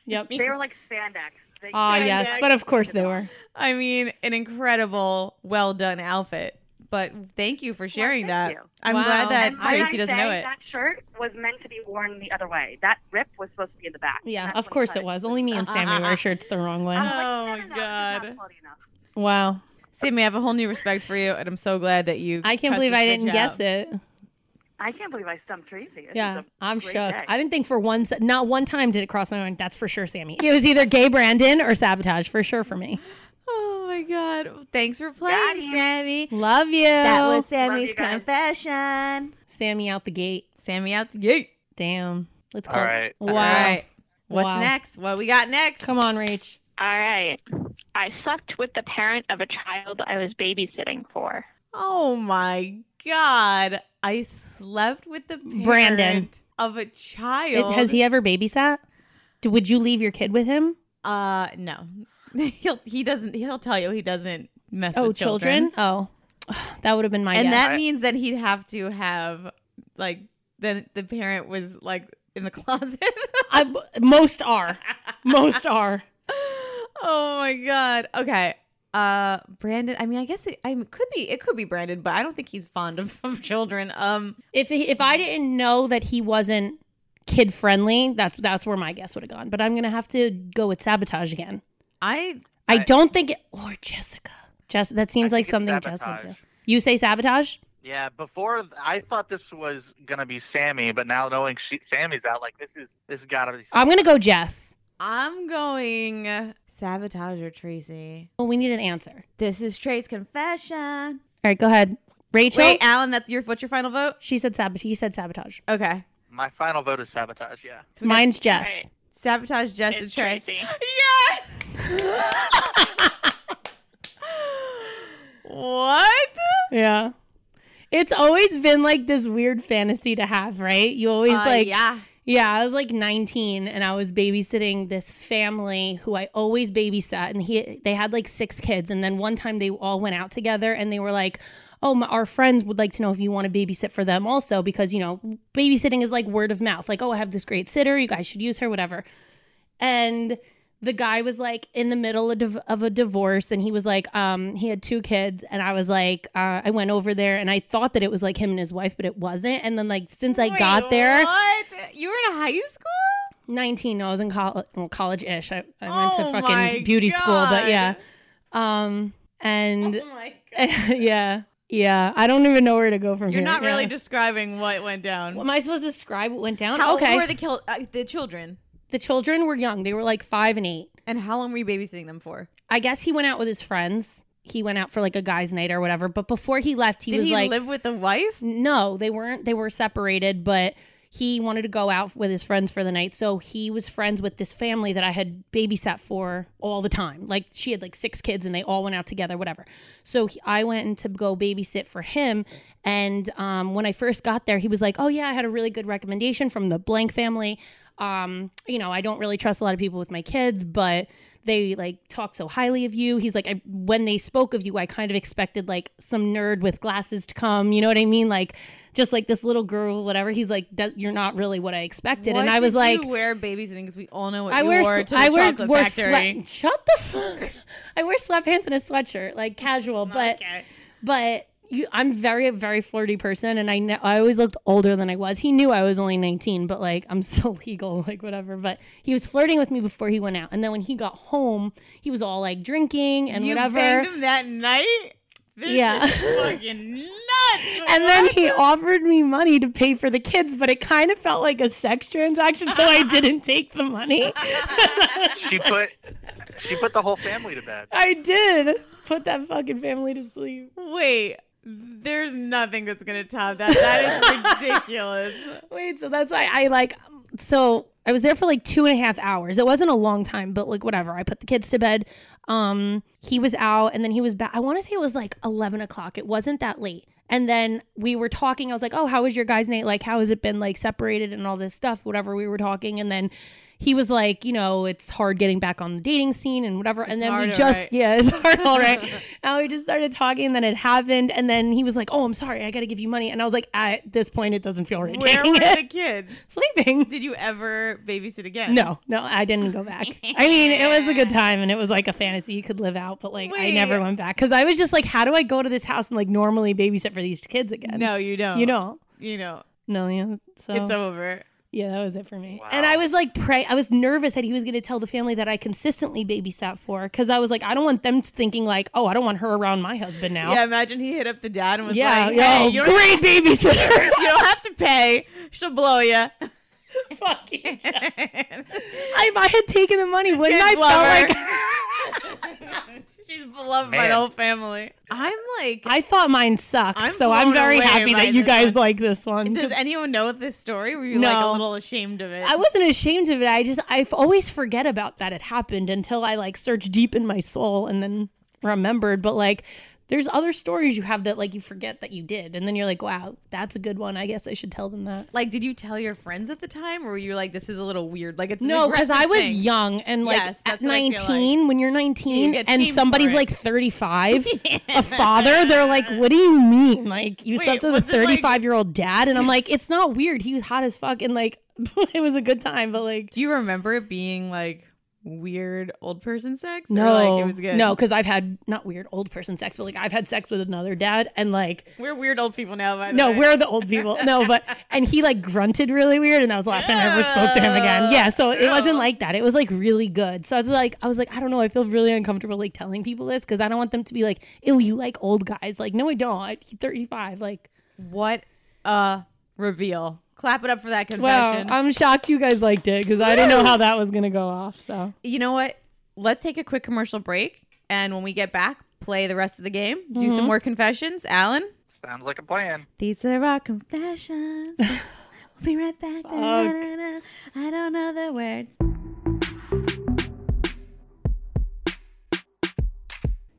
S1: yep.
S5: They were like spandex. They-
S1: Ah
S5: spandex.
S1: yes, but of course they were.
S2: I mean, an incredible, well done outfit. But thank you for sharing that.
S5: thank you.
S2: I'm
S1: Wow.
S2: glad that
S5: And might
S2: Tracy
S5: I
S2: doesn't
S5: say,
S2: know it.
S5: That shirt was meant to be worn the other way. That rip was supposed to be in the back.
S1: Yeah,
S5: That's
S1: of
S5: when
S1: course
S5: cut
S1: it was. Only me and Sammy
S2: (laughs)
S1: wear shirts the wrong
S5: I'm
S1: way.
S5: like,
S2: Oh my
S5: no, no, no, this is not
S2: God.
S5: quality enough.
S1: Wow.
S2: Sammy, I have a whole new respect for you, and I'm so glad that you.
S1: I can't
S2: cut
S1: believe
S2: this
S1: I
S2: bitch
S1: didn't
S2: out.
S1: guess it.
S5: I can't believe I stumped Tracy. This
S1: Yeah,
S5: is a
S1: I'm
S5: great
S1: shook.
S5: day.
S1: I didn't think for one, se- not one time did it cross my mind. That's for sure, Sammy. It was either gay Brandon or sabotage for sure for me.
S2: Oh my god! Thanks for playing, Sammy.
S1: Love you.
S2: That was
S5: you
S2: Sammy's
S5: guys.
S2: confession.
S1: Sammy out the gate.
S2: Sammy out the gate.
S1: Damn. Let's
S4: All
S1: call
S4: right.
S1: it. Wow.
S2: All right. What's
S1: Wow.
S2: next? What we got next?
S1: Come on, Rach.
S6: All right. I slept with the parent of a child I was babysitting for.
S2: Oh my god. I slept with the parent
S1: Brandon.
S2: of a
S1: It-
S2: child.
S1: has he ever babysat? Do- Would you leave your kid with him?
S2: uh no. (laughs) he'll he doesn't he'll tell you he doesn't mess
S1: oh,
S2: with children.
S1: children. Oh, (sighs) that would have been my
S2: And
S1: guess.
S2: that means that he'd have to have like then the parent was like in the (laughs) closet.
S1: I, most are. Most are.
S2: oh my god. Okay. Uh Brandon, I mean I guess it I mean, could be it could be Brandon, but I don't think he's fond of, (laughs) of children. Um
S1: If he- if I didn't know that he wasn't kid friendly, that's that's where my guess would have gone. But I'm gonna have to go with sabotage again.
S2: I
S1: I
S4: I-
S1: don't think it or Jessica. Jess, that seems
S4: I
S1: like
S4: think it's
S1: something Jess would do.
S4: sabotage.
S1: You say sabotage?
S4: Yeah, before th- I thought this was gonna be Sammy, but now knowing she, Sammy's out, like this is this has gotta be.
S1: I'm gonna go Jess.
S2: I'm going uh, sabotager, Tracy.
S1: Well, we need an answer.
S2: This is Trey's confession.
S1: All right, go ahead. Rachel.
S2: Wait, Alan, that's your what's your final vote?
S1: She said sabotage. He said sabotage.
S2: Okay,
S4: My final vote is sabotage. Yeah.
S2: so we got
S1: Mine's Jess.
S6: All right.
S2: sabotage, Jess,
S6: It's
S2: and Trey.
S6: Tracy.
S2: Yes.
S1: (laughs)
S2: what?
S1: Yeah. It's always been like this weird fantasy to have, right? You always
S2: Uh,
S1: like
S2: yeah.
S1: Yeah, I was like 19 and I was babysitting this family who I always babysat and he they had like six kids and then one time they all went out together and they were like, "Oh, my, our friends would like to know if you want to babysit for them also because, you know, babysitting is like word of mouth. Like, "Oh, I have this great sitter, you guys should use her, whatever." And the guy was like in the middle of, div- of a divorce and he was like um he had two kids and i was like uh, i went over there and i thought that it was like him and his wife but it wasn't and then like since i
S2: Wait,
S1: got there
S2: What? You were in high school?
S1: 19 i was in college well, college-ish i, I went to
S2: Oh my
S1: fucking beauty school but yeah
S2: God.
S1: um and (laughs)
S2: oh my
S1: yeah yeah i don't even know where to go from
S2: You're
S1: here
S2: not really
S1: Yeah.
S2: describing what went down.
S1: am i supposed to describe what went down
S2: How
S1: okay
S2: old were the kill- uh, the children?
S1: the children were young they were like five and eight
S2: And how long were you babysitting them for?
S1: i guess he went out with his friends he went out for like a guy's night or whatever but before he left he
S2: Did
S1: was
S2: he
S1: like
S2: live with the wife?
S1: No, they weren't. They were separated, but he wanted to go out with his friends for the night. So he was friends with this family that I had babysat for all the time. Like she had like six kids and they all went out together, whatever. So he, I went in to go babysit for him. And um, when I first got there, he was like, Oh, yeah, I had a really good recommendation from the blank family. Um, you know, I don't really trust a lot of people with my kids, but they like talk so highly of you. He's like, I, when they spoke of you, I kind of expected like some nerd with glasses to come. You know what I mean? Like, just like this little girl, whatever. He's like, that, you're not really what I expected. and
S2: What
S1: I was
S2: did
S1: like,
S2: you wear babysitting because we all know what
S1: I
S2: you
S1: wear,
S2: wore
S1: s-
S2: to the
S1: I wear,
S2: chocolate
S1: wear
S2: factory.
S1: sweat. Shut the fuck. I wear sweatpants and a sweatshirt, like casual, but but you, I'm very a very flirty person, and I know I always looked older than I was. He knew I was only 19, but like I'm (laughs) still legal, like whatever. But he was flirting with me before he went out, and then when he got home, he was all like drinking and
S2: you
S1: whatever.
S2: banged him that night. This
S1: Yeah. (laughs)
S2: is fucking nuts.
S1: and then
S2: (laughs)
S1: he offered me money to pay for the kids, but it kind of felt like a sex transaction, so
S2: (laughs)
S1: I didn't take the money.
S4: She put she put the whole family to bed.
S1: I did put that fucking family to sleep.
S2: Wait, there's nothing that's gonna top that.
S1: (laughs)
S2: That is ridiculous.
S1: Wait, so that's why I like. So I was there for like two and a half hours. It wasn't a long time, but like whatever. I put the kids to bed. Um, he was out, and then he was back. I want to say it was like eleven o'clock. It wasn't that late. And then we were talking. I was like, "Oh, how was your guys' night? Like, how has it been like separated and all this stuff? Whatever." We were talking, and then he was like, "You know, it's hard getting back on the dating scene and whatever." and then
S2: hard,
S1: we
S2: all
S1: just
S2: right.
S1: yeah,
S2: (laughs)
S1: it's hard, all right. and we just started talking, and then it happened, and then he was like, "Oh, I'm sorry, I got to give you money," and I was like, "At this point, it doesn't feel right
S2: Where
S1: taking
S2: were
S1: it."
S2: the kids?
S1: (laughs) sleeping.
S2: Did you ever babysit again?
S1: No, no, I didn't go back. I mean, it was a good time and it was like a fantasy you could live out, but like I never
S2: Wait.
S1: went back because I was just like, how do I go to this house and like normally babysit for these kids again?
S2: No, you don't.
S1: you don't.
S2: You know.
S1: No, yeah. So
S2: It's over.
S1: yeah, that was it for me.
S4: Wow.
S1: And I was like, pray. I was nervous that he was going to tell the family that I consistently babysat for because I was like, I don't want them thinking like, oh, I don't want her around my husband now.
S2: Yeah, imagine he hit up the dad and was
S1: yeah,
S2: like,
S1: yo,
S2: "Hey, you don't,
S1: great babysitter.
S2: (laughs) you don't have to pay. She'll blow you."
S1: (laughs)
S2: (laughs)
S1: Fucking. (laughs) If I had taken the money, wouldn't I
S2: Kids
S1: felt
S2: love
S1: like (laughs)
S2: her. (laughs) She's beloved by
S4: Man.
S2: the whole family. I'm like,
S1: I thought mine sucked,
S2: I'm
S1: so I'm
S2: blown
S1: very
S2: away
S1: happy
S2: by
S1: that you
S2: this
S1: guys
S2: one.
S1: like this one.
S2: does
S1: 'cause
S2: anyone know this story? Were you like a
S1: No.
S2: little ashamed of it?
S1: I wasn't ashamed of it. I just I always forget about that it happened until I like search deep in my soul and then remembered. But like, there's other stories you have that like you forget that you did, and then you're like, wow, that's a good one. I guess I should tell them that.
S2: Like, did you tell your friends at the time, or were you like, "This is a little weird"? Like, it's an
S1: No, because
S2: aggressive
S1: I was
S2: thing.
S1: young and like
S2: Yes,
S1: at
S2: that's what I feel like.
S1: 19, when you're 19
S2: get
S1: and
S2: shamed
S1: somebody's
S2: for it.
S1: like
S2: (laughs)
S1: 35, a father, they're like, what do you mean? Like, you slept with a
S2: was it, like-
S1: 35 year old dad?
S2: (laughs)
S1: And I'm like, it's (laughs) not weird. He was hot as fuck. And like, it was a good time, but like,
S2: Do you remember it being like weird old person sex? Or,
S1: No,
S2: like it was good.
S1: no, because I've had not weird old person sex, but like I've had sex with another dad, and like
S2: we're weird old people now. By the
S1: no,
S2: way.
S1: we're the old people. No, (laughs) but and he like grunted really weird, and that was the last time I ever spoke to him again. Yeah, so it wasn't like that. It was like really good. So I was like, I was like, I don't know. I feel really uncomfortable like telling people this because I don't want them to be like, "Ew, you like old guys." Like, no, I don't. I'm 35. Like,
S2: what a reveal! Clap it up for that
S1: wow,
S2: confession.
S1: I'm shocked you guys liked it because I didn't know how that was gonna go off. So
S2: you know what? Let's take a quick commercial break, and when we get back, play the rest of the game. Do
S1: Mm-hmm.
S2: some more confessions, Alan.
S4: Sounds like a plan.
S2: These are our confessions. (laughs) we'll be right back. Da-da-da-da. I don't know the words.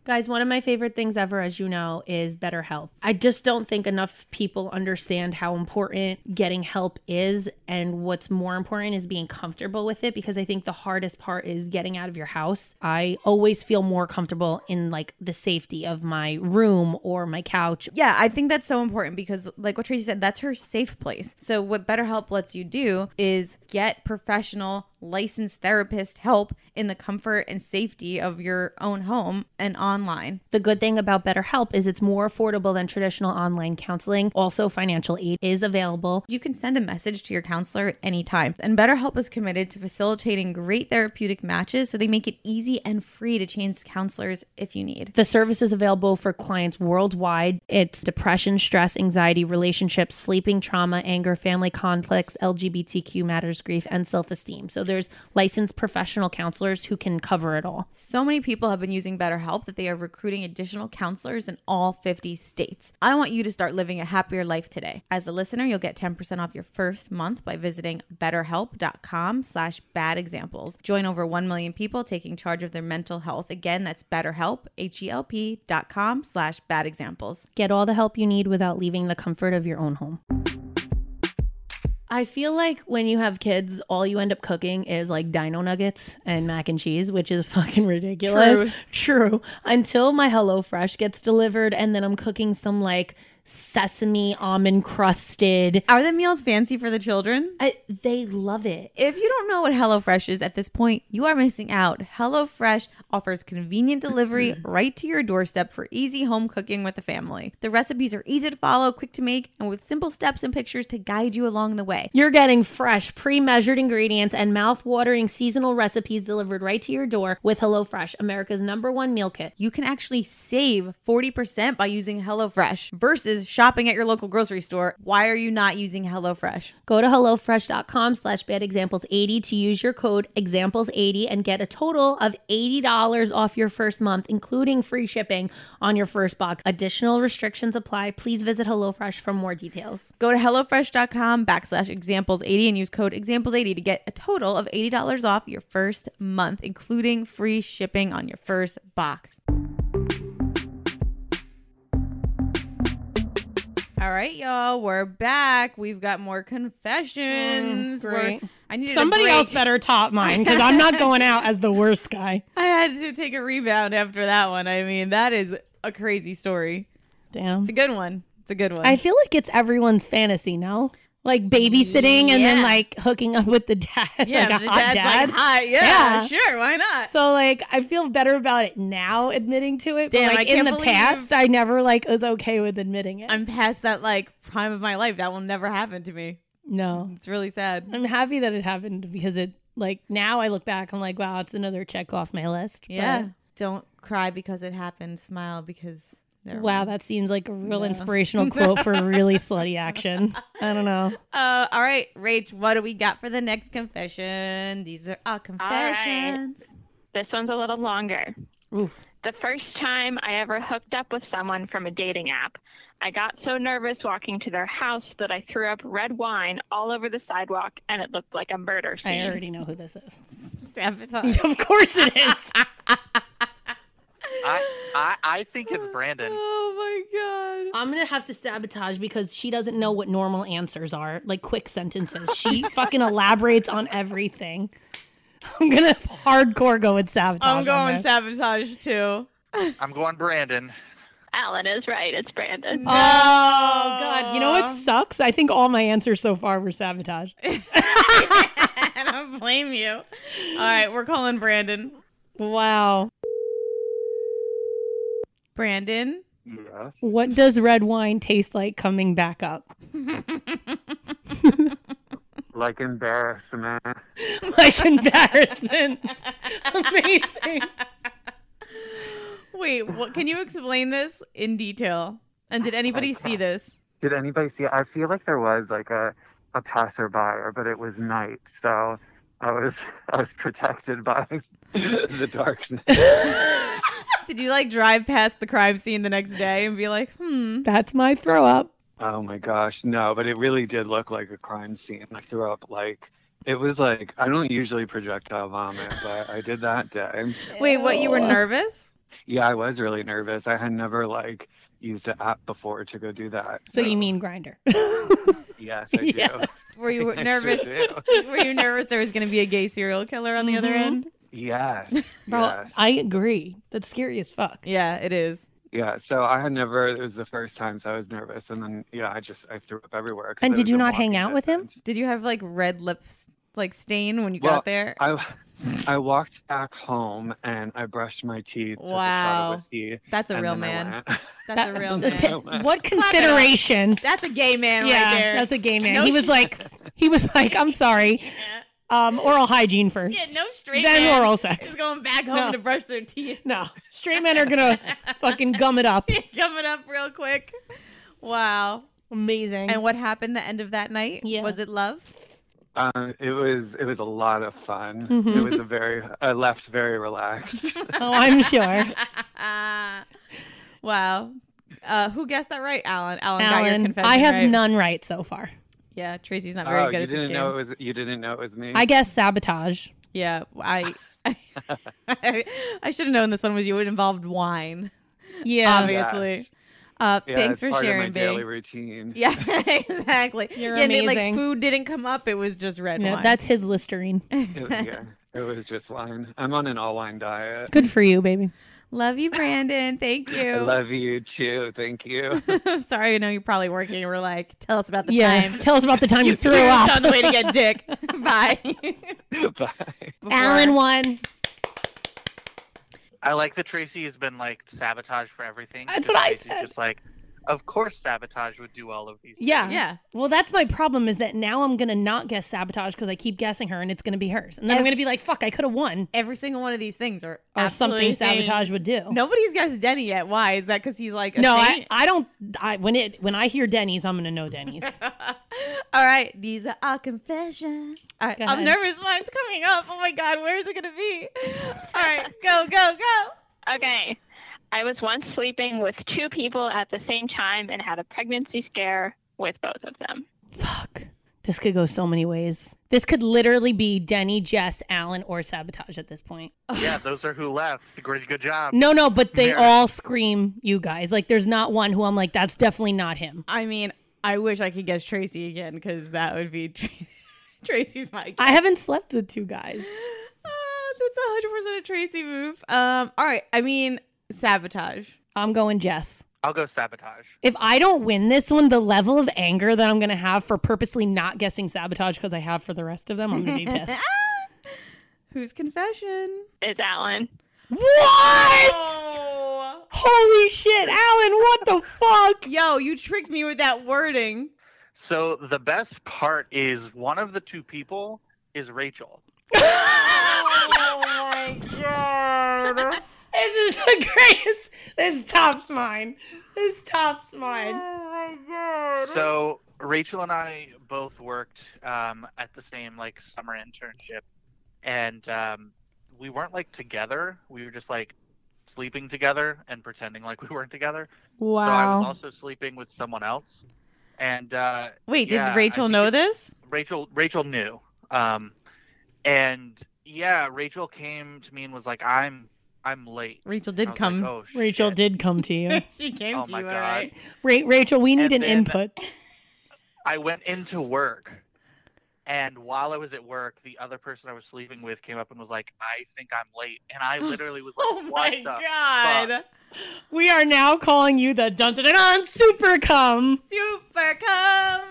S1: Guys, one of my favorite things ever, as you know, is better help. I just don't think enough people understand how important getting help is. And what's more important is being comfortable with it because I think the hardest part is getting out of your house. I always feel more comfortable in like the safety of my room or my couch.
S2: Yeah, I think that's so important because, like what Tracy said, that's her safe place. So, what BetterHelp lets you do is get professional, licensed therapist help in the comfort and safety of your own home and online.
S1: The good thing about BetterHelp is it's more affordable than traditional online counseling. Also, financial aid is available.
S2: You can send a message to your counselor at any time. And BetterHelp is committed to facilitating great therapeutic matches, so they make it easy and free to change counselors if you need.
S1: The service is available for clients worldwide. It's depression, stress, anxiety, relationships, sleeping, trauma, anger, family conflicts, LGBTQ matters, grief, and self esteem. So there's licensed professional counselors who can cover it all.
S2: So many people have been using BetterHelp that they are recruiting additional counselors in all 50 states. I want you to start living a happier life today. As a listener, you'll get 10% off your first month by visiting betterhelp.com slash bad examples. Join over 1 million people taking charge of their mental health. Again, that's betterhelp, H-E-L-P dot com slash bad examples.
S1: Get all the help you need without leaving the comfort of your own home. I feel like when you have kids, all you end up cooking is like dino nuggets and mac and cheese, which is (laughs) fucking ridiculous. True. Until my HelloFresh gets delivered, and then I'm cooking some like sesame almond crusted.
S2: Are the meals fancy for the children?
S1: I, they love it.
S2: If you don't know what HelloFresh is at this point, you are missing out. HelloFresh offers convenient delivery right to your doorstep for easy home cooking with the family. The recipes are easy to follow, quick to make, and with simple steps and pictures to guide you along the way.
S1: You're getting fresh, pre measured ingredients and mouth watering seasonal recipes delivered right to your door with HelloFresh, America's number one meal kit.
S2: You can actually save 40% by using HelloFresh versus shopping at your local grocery store. Why are you not using HelloFresh?
S1: Go to HelloFresh.com slash BadExamples80 to use your code EXAMPLES80 and get a total of $80 off your first month, including free shipping on your first box. Additional restrictions apply. Please visit HelloFresh for more details.
S2: Go to HelloFresh.com backslash examples80 and use code examples80 to get a total of $80 off your first month, including free shipping on your first box. All right, y'all, we're back. We've got more confessions. We're-
S1: Mm, great.
S2: I needed a
S1: Somebody else
S2: break.
S1: better top mine because I'm not going out as the worst guy.
S2: I had to take a rebound after that one. I mean, that is a crazy story.
S1: Damn.
S2: It's a good one. It's a good one.
S1: I feel like it's everyone's fantasy, no? Like babysitting and then
S2: Yeah.
S1: like hooking up with the dad.
S2: yeah,
S1: like a
S2: the
S1: hot
S2: dad's
S1: dad.
S2: like, "Hi, yeah,
S1: Yeah.
S2: sure, why not?
S1: So like I feel better about it now admitting to it.
S2: Damn,
S1: but
S2: I
S1: like in
S2: can't
S1: the
S2: believe-
S1: past I never like was okay with admitting it.
S2: I'm past that like prime of my life. That will never happen to me.
S1: no.
S2: It's really sad.
S1: I'm happy that it happened because it like now I look back, I'm like, wow, it's another check off my list. But,
S2: Yeah. Don't cry because it happened. Smile because never
S1: wow,
S2: mind.
S1: that seems like a real inspirational quote for really slutty action. I don't know.
S2: Uh, all right, Rach, what do we got for the next confession? These are our confessions.
S6: This one's a little longer.
S1: Oof.
S6: The first time I ever hooked up with someone from a dating app, I got so nervous walking to their house that I threw up red wine all over the sidewalk and it looked like a murder
S1: I
S6: scene.
S1: already know who this is.
S2: Sabotage.
S1: of course (laughs) it is.
S4: I, I I think it's
S2: (laughs)
S4: Brandon.
S2: Oh my god.
S1: I'm gonna have to sabotage because she doesn't know what normal answers are, like quick sentences.
S2: (laughs)
S1: She fucking elaborates on everything. I'm gonna hardcore go with sabotage.
S2: I'm
S1: on
S2: going
S1: this. (laughs)
S2: sabotage too.
S4: I'm going Brandon.
S6: Alan is right. It's Brandon.
S1: Oh
S2: Uh,
S1: god! You know what sucks? I think all my answers so far were sabotage.
S2: and I'm don't blame you. All right, we're calling Brandon.
S1: Wow.
S2: Brandon.
S4: Yeah.
S1: What does red wine taste like coming back up? (laughs)
S4: Like embarrassment.
S1: like embarrassment.
S2: (laughs)
S1: Amazing.
S2: Wait, what can you explain this in detail? And did anybody see this?
S1: (laughs)
S4: Did anybody see? I feel like there was like a a passerby, but it was night, so I was (laughs) I was protected by (laughs) the darkness.
S2: Did you like drive past the crime scene the next day and be like, "Hmm,
S1: That's my throw up.
S7: Oh my gosh, no, but it really did look like a crime scene. I threw up like it was like I don't usually projectile vomit, but I did that day.
S2: wait, what? You were
S1: Ew.
S2: nervous?"
S7: Yeah, I was really nervous. I had never like used the app before to go do that.
S1: So you mean
S2: (laughs)
S1: grinder? (laughs)
S7: Yes, I do.
S1: Yes.
S2: Were
S7: I (laughs)
S2: you
S7: sure
S2: nervous?
S7: do.
S2: (laughs) Were you nervous there was going to be a gay serial killer on the other
S1: Mhm.
S2: end?
S1: (laughs)
S7: Yes.
S1: Bro,
S7: yes.
S1: I agree. That's scary as fuck.
S2: Yeah, it is.
S7: Yeah, so I had never. It was the first time, so I was nervous, and then yeah, I just I threw up everywhere. 'cause
S1: And
S7: I
S1: did
S7: was
S1: you
S7: in
S1: not hang
S7: walking
S1: out with him?
S7: distance.
S2: Did you have like red lips like stain when you
S7: Well,
S2: got there?
S7: I I walked back home and I brushed my teeth. took a shot
S2: Wow.
S7: of whiskey,
S2: That's a
S7: and
S2: real
S7: then I
S2: man.
S7: went. (laughs)
S2: That's
S1: (laughs)
S2: a real man.
S7: That's a- man.
S1: what consideration?
S2: That's a gay man right
S1: Yeah,
S2: there.
S1: that's a gay man.
S2: No
S1: he was like, he was like, I'm sorry. Um, oral hygiene first.
S2: (laughs) yeah, no straight
S1: then
S2: man
S1: oral
S2: is
S1: sex. (laughs)
S2: going back home
S1: No.
S2: to brush their teeth. (laughs)
S1: No, straight men are gonna fucking gum it up.
S2: Coming up real quick. Wow.
S1: Amazing.
S2: And what happened the end of that night?
S1: Yeah.
S2: Was it love?
S7: Um, it was it was a lot of fun. It
S2: Mm-hmm.
S1: Mhm.
S7: was a very I left
S2: (laughs)
S7: very relaxed.
S1: oh, I'm sure.
S2: wow. Uh, who guessed that right, Alan? Alan, got your
S1: Alan,
S2: confession.
S1: I have
S2: right?
S1: none right so far.
S2: Yeah, Tracy's not very
S7: oh,
S2: good
S7: you
S2: at this
S7: didn't
S2: game.
S7: know it was you didn't know it was me.
S1: I guess sabotage.
S2: Yeah,
S7: (laughs)
S2: I. I, should have known this one was you. It involved wine,
S1: Yeah.
S2: obviously.
S7: Yes.
S2: Uh,
S7: Yeah,
S2: thanks
S7: it's
S2: for
S7: part
S2: sharing,
S7: of my daily
S2: Bing.
S7: routine.
S2: (laughs) Yeah, exactly.
S1: You're
S2: yeah, and they, like
S1: amazing.
S2: food didn't come up. It was just red
S1: No,
S2: wine.
S1: that's his Listerine.
S7: It, yeah, it was just wine. I'm on an all wine diet.
S1: Good for you, baby.
S2: love you, Brandon. Thank
S7: (laughs) I
S2: you.
S7: love you too. Thank you. (laughs)
S2: I'm (laughs) sorry. I know you're probably working. and We're like, tell us about the
S1: yeah. (laughs)
S2: time
S1: Tell us about the time you, threw
S2: (laughs) you
S1: up.
S2: on the way to get (laughs) dick. Bye.
S7: Bye.
S1: Alan won.
S4: I like that Tracy has been like sabotage for everything.
S1: That's
S4: 'cause
S1: what I
S4: Tracy's
S1: said.
S4: Just like, of course, sabotage would do all of these.
S1: Yeah.
S4: things.
S2: Yeah.
S1: Well, that's my problem is that now I'm gonna not guess sabotage because I keep guessing her and it's gonna be hers, and then I'm gonna be like, "Fuck, I could have won,"
S2: Every single one of these things are
S1: or
S2: absolutely
S1: something sabotage
S2: things-
S1: would do.
S2: Nobody's guessed Denny yet. Why is that? Because he's like a
S1: no, I,
S2: saint?
S1: I don't. I when it when I hear Denny's, I'm gonna know
S4: (laughs)
S1: Denny's.
S2: All right, these are our confessions. All right,
S1: Go
S2: I'm
S1: ahead.
S2: nervous. Mine's coming up. Oh my god, where is it gonna be? All right, go, go, go.
S6: Okay. I was once sleeping with two people at the same time and had a pregnancy scare with both of them.
S1: Fuck, this could go so many ways. This could literally be Denny, Jess, Alan, or sabotage at this point.
S4: Yeah, those are who left. Good, good job.
S1: No, no, but they
S4: Yeah.
S1: all scream you guys. Like, there's not one who I'm like, that's definitely not him.
S2: I mean, I wish I could guess Tracy again because that would be Tr- (laughs) Tracy's my.
S1: I haven't slept with two guys.
S2: Ah, that's a hundred percent a Tracy move. Um, all right, I mean sabotage.
S1: I'm going Jess.
S4: I'll go sabotage.
S1: If I don't win this one, the level of anger that I'm going to have for purposely not guessing sabotage because I have for the rest of them, I'm going to be
S4: (laughs)
S1: pissed.
S2: Whose confession?
S6: It's Alan.
S1: what?
S2: Oh.
S1: Holy shit, Alan, what the fuck?
S2: Yo, you tricked me with that wording.
S1: (laughs)
S4: So the best part is one of the two people is Rachel.
S2: Oh
S1: This is the greatest. This tops mine. This tops mine.
S2: Oh
S4: So Rachel and I both worked um, at the same like summer internship, and um, we weren't like together. We were just like sleeping together and pretending like (laughs) we weren't together. So I was also sleeping with someone else, and uh,
S2: Wait, did
S4: Yeah, I
S2: Rachel
S4: think
S2: know
S4: it-
S2: this?
S4: Rachel Rachel knew. Um, and yeah, Rachel came to me and was like, "I'm I'm late."
S2: Rachel
S4: I
S2: did
S4: was
S2: come.
S4: Like, oh,
S1: Rachel
S4: shit."
S1: did come
S4: (laughs)
S1: to you. (laughs) Ra-
S2: she came
S4: Oh
S2: to
S4: my
S2: you, all
S4: God.
S2: right.
S1: Rachel, we need an
S4: And then-
S1: input.
S4: I went into work, and while I was at work, the other person I was sleeping with came up and was like, "I think I'm late,"
S2: (laughs)
S4: and I literally was like,
S2: (laughs) Oh
S4: "What
S2: my
S4: the?"
S2: god.
S1: We are now calling you the dun dun dun dun super cum.
S2: Super come.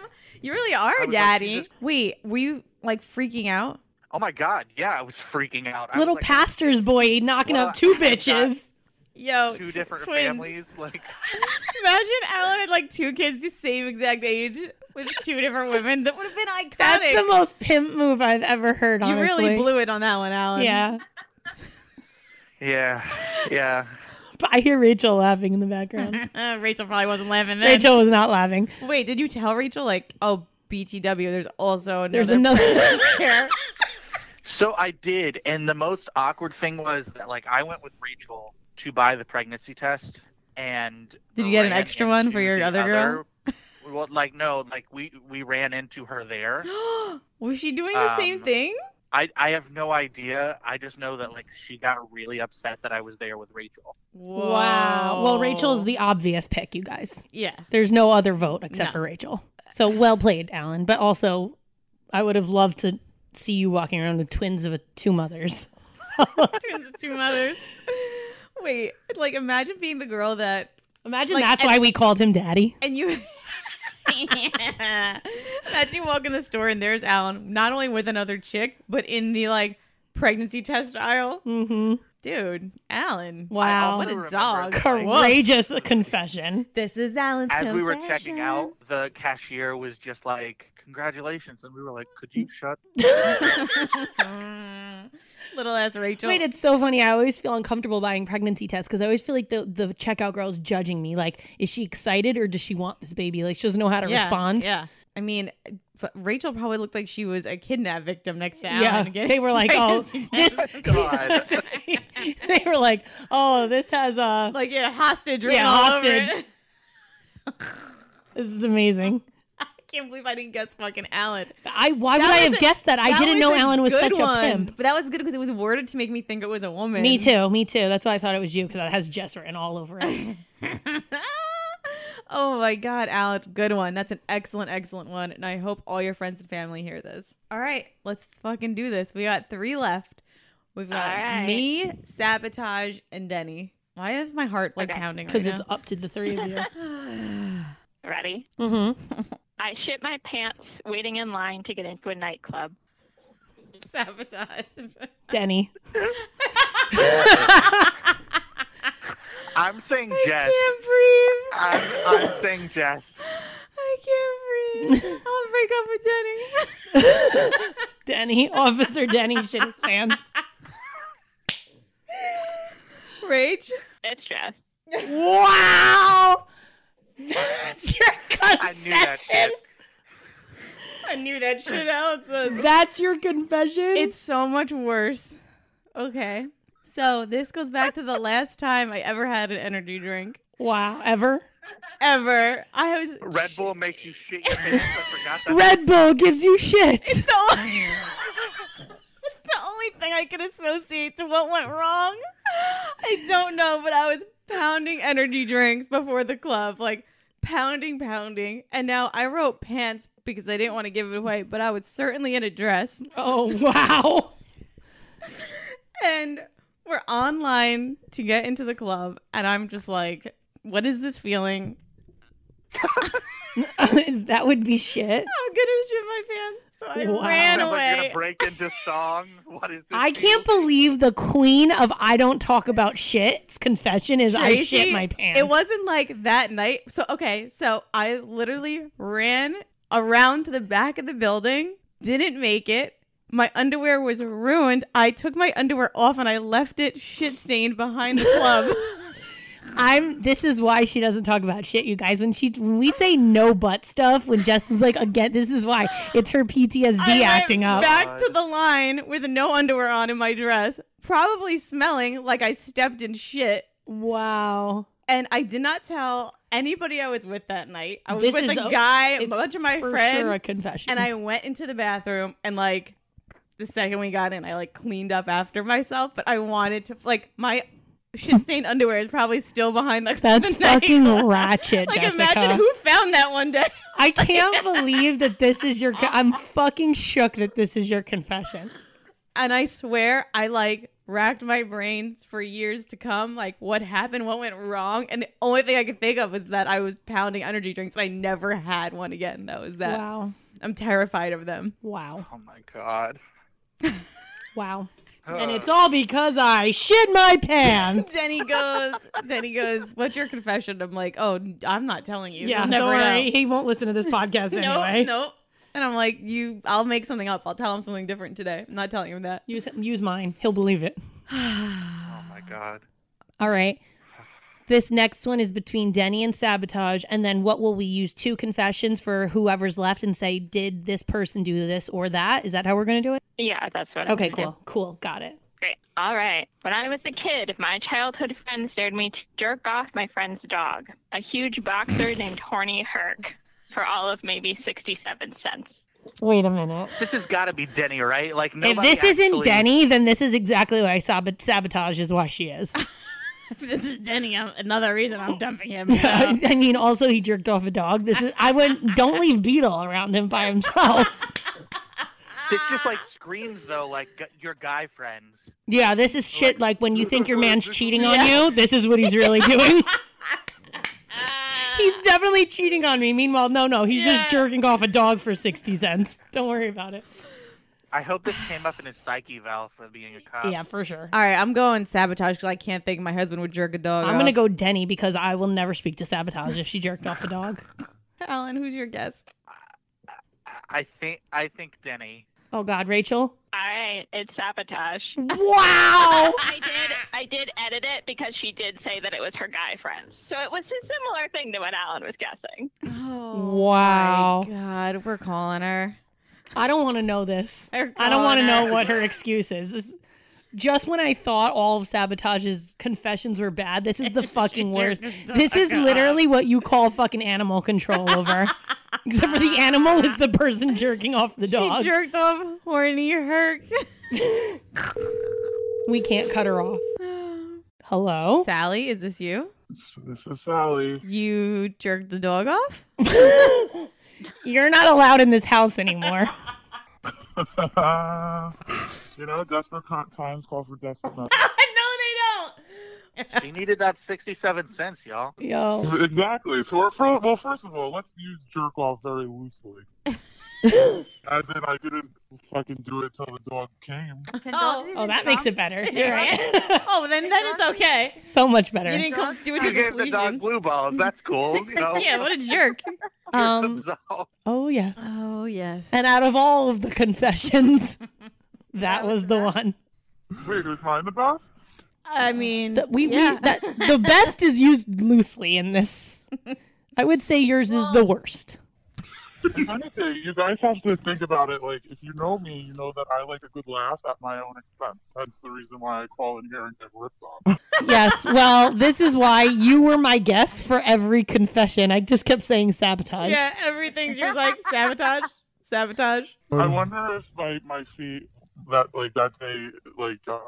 S2: You really
S4: was
S2: are,
S4: like,
S2: Daddy.
S4: Jesus-
S2: Wait, were you like freaking out?
S4: Oh my god, yeah, I was freaking out. I was
S1: Little
S4: like,
S1: pastor's boy knocking
S4: Well,
S1: up
S2: (laughs)
S1: two
S4: I got-
S1: bitches.
S2: Yo,
S4: two
S2: tw-
S4: different
S2: twins.
S4: families. Like
S2: Imagine Alan had like two kids the same exact age with two different women. That would have been iconic.
S1: That's the most pimp move I've ever heard.
S2: you
S1: Honestly,
S2: really blew it on that one, Alan.
S1: Yeah,
S4: Yeah. Yeah.
S1: but I hear Rachel laughing in the
S2: (laughs)
S1: background.
S2: (laughs) Rachel probably wasn't laughing then.
S1: Rachel was not laughing.
S2: Wait, did you tell Rachel like, oh, BTW? There's also another.
S1: There's
S2: (laughs)
S1: another. (laughs)
S2: pair?
S4: So I did, and the most awkward thing was that like I went with Rachel to buy the pregnancy test, and
S2: Did you get an
S4: ran
S2: extra one for
S4: into
S2: your
S4: the
S2: other girl?
S4: other- (laughs) well, like no, like we we ran into her there.
S2: (gasps) was she doing the same
S4: Um,
S2: thing?
S4: I I have no idea. I just know that like she got really upset that I was there with Rachel.
S1: wow. Well, Rachel is
S2: Whoa.
S1: the obvious pick, you guys. (laughs)
S2: yeah.
S1: There's no other vote except
S2: No.
S1: for Rachel. So well played, Alan. But also, I would have loved to see you walking around with twins of a, two mothers. (laughs)
S2: Twins of two mothers. Wait, like imagine being the girl that
S1: Imagine
S2: Like,
S1: that's
S2: and-
S1: why we called him daddy.
S2: and you (laughs) imagine you walk in the store and there's Alan, not only with another chick, but in the like pregnancy test aisle.
S1: Mm-hmm.
S2: Dude, Alan.
S1: Wow.
S2: What a
S4: remember
S2: dog.
S4: that, like,
S1: Courageous (laughs) confession.
S2: This is Alan's
S4: As we were
S2: confession.
S4: checking out, the cashier was just like, "Congratulations," and we were like, "Could
S1: (laughs)
S4: you shut?"
S2: (laughs) Little ass Rachel.
S1: Wait, it's so funny. I always feel uncomfortable buying pregnancy tests because I always feel like the, the checkout girl is judging me. Like, is she excited or does she want this baby? Like, she doesn't know how to
S2: Yeah,
S1: respond.
S2: Yeah. I mean, f- Rachel probably looked like she was a kidnap victim next to Alan.
S1: Yeah, (laughs)
S2: getting
S1: they were like, oh,
S2: pregnancy
S1: this.
S2: tests.
S4: God.
S1: (laughs) they were like, oh, this has a.
S2: like yeah, hostage.
S1: Yeah,
S2: written all over it.
S1: hostage. This is amazing.
S2: (laughs) I can't believe I didn't guess fucking Alan.
S1: I why
S2: That
S1: would I
S2: was
S1: have
S2: a-
S1: guessed that? I
S2: That
S1: didn't know
S2: a
S1: Alan was
S2: good
S1: such
S2: one,
S1: a pimp.
S2: But that was good because it was worded to make me think it was a woman.
S1: Me too, me too. That's why I thought it was you because it has Jess written all over it.
S2: (laughs)
S1: (laughs)
S2: oh my god, Alan, good one. That's an excellent, excellent one. And I hope all your friends and family hear this. All right, let's fucking do this. We got three left. We've got
S6: All right.
S2: me, sabotage, and Denny. Why is my heart like
S6: Okay.
S2: pounding?
S1: Because
S2: right
S1: it's up to the three of
S2: (laughs)
S1: you.
S2: now?
S6: Ready?
S1: Mm-hmm.
S6: I shit my pants waiting in line to get into a nightclub.
S2: (laughs)
S6: (laughs)
S2: sabotage.
S1: Denny.
S4: I'm saying Jess.
S2: I
S4: I'm,
S2: can't breathe.
S4: I'm saying Jess.
S2: (laughs) I can't
S1: (laughs)
S2: breathe. I'll break up with Denny.
S1: Denny. (laughs) Officer Denny shit his pants.
S2: (laughs) Rage.
S6: It's Jess.
S1: Wow. That's your
S4: I knew that
S1: confession.
S4: shit.
S2: I knew that shit out.
S1: That's your confession.
S2: It's so much worse. Okay. So this goes back to the last time I ever had an energy drink.
S1: wow. Ever.
S2: Ever. I was
S4: Red Bull makes you shit your pants. I forgot
S1: (laughs)
S4: that.
S1: Red Bull gives you
S2: It's
S1: shit.
S2: the only, (laughs) it's
S4: (laughs)
S2: the only thing I could associate to what went wrong. I don't know, but I was pounding energy drinks before the club, like pounding, pounding. And now I wrote pants because I didn't want to give it away, but I was certainly in a dress.
S1: Oh wow. (laughs)
S2: And we're online to get into the club, and I'm just like, what is this feeling?
S1: that would be shit.
S2: I'm gonna shit my pants. So I
S1: Wow.
S2: ran
S4: Sounds like you're
S2: away.
S4: gonna break into song. What is this?
S1: I can't
S4: deal?
S1: believe the queen of I don't talk about shit's confession is I shit
S2: Tracy,
S1: my pants.
S2: It wasn't like that night. So okay, so I literally ran around to the back of the building, didn't make it. My underwear was ruined. I took my underwear off and I left it shit stained
S1: (laughs)
S2: behind the club.
S1: I'm this is why she doesn't talk about shit, you guys. When she when we say no butt stuff, when Jess is like again, this is why it's her PTSD
S2: I went
S1: acting up.
S2: Back to the line with no underwear on in my dress, probably smelling like I stepped in shit.
S1: Wow.
S2: And I did not tell anybody I was with that night. I was
S1: This
S2: with
S1: is
S2: a,
S1: a-
S2: guy, a
S1: it's
S2: bunch of my
S1: For
S2: friends.
S1: sure a confession.
S2: and I went into the bathroom and like the second we got in, I like cleaned up after myself, but I wanted to like my shit stained underwear is probably still behind (laughs) like
S1: that's
S2: the night.
S1: fucking ratchet,
S2: (laughs) like
S1: Jessica.
S2: imagine who found that one day. (laughs)
S1: I can't believe that this is your. co- I'm fucking shook that this is your confession.
S2: And I swear I like racked my brains for years to come, like what happened, what went wrong, and the only thing I could think of was that I was pounding energy drinks and I never had one again. That was that.
S1: Wow.
S2: I'm terrified of them.
S1: Wow.
S4: Oh my god.
S1: Wow.
S2: Oh.
S1: And it's all because I shit my pants.
S2: Denny goes, Denny goes, what's your confession? I'm like, oh, I'm not telling (laughs) you.
S1: yeah, don't
S2: You'll never
S1: worry.
S2: know."
S1: He won't listen to this podcast
S2: (laughs) Nope,
S1: anyway.
S2: nope. And I'm like, you, I'll make something up. I'll tell him something different today. I'm not telling
S1: (laughs)
S2: him that.
S1: Use use mine. He'll believe it.
S4: Oh my god.
S1: All right. This next one is between Denny and sabotage, and then what will we use? Two confessions for whoever's left, and say, did this person do this or that? Is that how we're gonna do it?
S6: Yeah, that's what. I'm
S1: Okay,
S6: gonna do.
S1: cool, cool, got it.
S6: Great. All right. When I was a kid, my childhood friends dared me to jerk off my friend's dog, a huge boxer named Horny Herc, for all of maybe 67 cents.
S1: Wait a minute.
S4: This has got to be Denny, right? Like
S1: If
S4: nobody
S1: this isn't
S4: actually-
S1: Denny, then this is exactly why sab- sabotage is why she is. (laughs)
S2: this is Denny.
S1: uh,
S2: I'm, another reason I'm dumping (laughs) him.
S1: I mean, also he jerked off a dog. This is I wouldn't. Don't leave Beetle around him by himself. (laughs)
S4: This just like screams though, like g- your guy friends.
S1: Yeah, this is shit. Like when you think your man's cheating on you, this is what he's really doing. he's definitely cheating on me. Meanwhile, no, no, he's just jerking off a dog for sixty cents. Don't worry about it.
S4: I hope this came up in his psyche valve for being a cop.
S1: yeah, for sure.
S2: All right, I'm going sabotage because I can't think my husband would jerk a dog.
S1: I'm gonna
S2: off.
S1: go Denny because I will never speak to sabotage if she jerked off a dog.
S2: (laughs) Alan, who's your guess?
S4: I- I think I think Denny.
S1: Oh God, Rachel.
S6: All right, it's sabotage. (laughs)
S1: Wow.
S6: I did. I did edit it because she did say that it was her guy friends, so it was a similar thing to what Alan was guessing.
S2: Oh,
S1: Wow.
S2: God, we're calling her.
S1: I don't want to know this.
S2: They're
S1: I don't want to
S2: calling
S1: know what her excuse is. This just when I thought all of Sabotage's confessions were bad, this
S2: (laughs)
S1: is the fucking worst.
S2: oh,
S1: This is literally what you call fucking animal control
S2: (laughs)
S1: over. Except for the animal is the person jerking off the dog.
S2: She jerked off horny Herc.
S1: we can't cut her off.
S2: (sighs) (laughs)
S1: Hello?
S2: Sally, is this you?
S8: This is Sally. (laughs)
S2: You jerked the dog off?
S1: You're not allowed in this house
S2: (laughs)
S1: anymore.
S8: you know, desperate con- times call for desperate measures.
S2: no,
S4: She needed that sixty-seven cents,
S1: (laughs)
S4: y'all.
S1: Yo.
S8: Exactly. So, we're fir- well, first of all, let's use jerk off very loosely. As in, I didn't fucking do it till the dog came.
S9: Can
S2: Oh.
S9: dogs even
S1: Oh, that makes it
S2: (laughs)
S1: better. You're
S2: they
S1: right.
S2: don't. Oh, then then it's okay.
S1: (laughs) so much better.
S2: You didn't come do it
S4: You
S2: to
S4: gave the dog
S2: conclusion.
S4: blue balls. That's cool.
S1: (laughs)
S4: You
S2: (laughs)
S4: know. (laughs)
S2: Yeah, what a jerk.
S4: Your
S2: (laughs)
S1: Um,
S4: thumbs up.
S1: oh yeah.
S2: Oh yes.
S1: And out of all of the
S2: (laughs)
S1: confessions, that was the one.
S8: Wait, is mine the best?
S2: I mean,
S1: That we,
S2: yeah.
S1: we that, the best is used loosely in this. I would say yours is the worst.
S8: If anything, you guys have to think about it. Like, if you know me, you know that I like a good laugh at my own expense. That's the reason why I call in here and get ripped off.
S1: Yes. Well, this is why you were my guest for every confession. I just kept saying sabotage.
S2: yeah, everything's just like sabotage, sabotage.
S8: I wonder if my my feet that like that day like uh,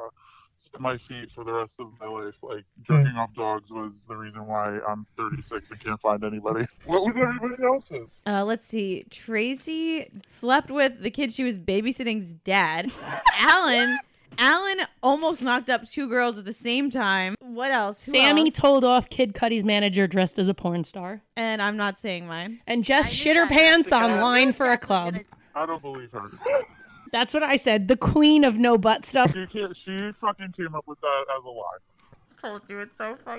S8: my feet for the rest of my life like jerking off dogs was the reason why I'm 36 and can't find anybody. (laughs) What was everybody else's?
S2: Uh, let's see. Tracy slept with the kid she was babysitting's (laughs) dad. Alan. Alan almost knocked up two girls at the same time. What else? Who
S1: Sammy
S2: else?
S1: told off Kid Cudi's manager dressed as a porn star,
S2: and I'm not saying (laughs) mine.
S1: and Jess shit her pants online for a club.
S8: I don't believe her.
S1: That's what I said. The queen of no butt stuff.
S8: She can't, she fucking came up with that as a lie.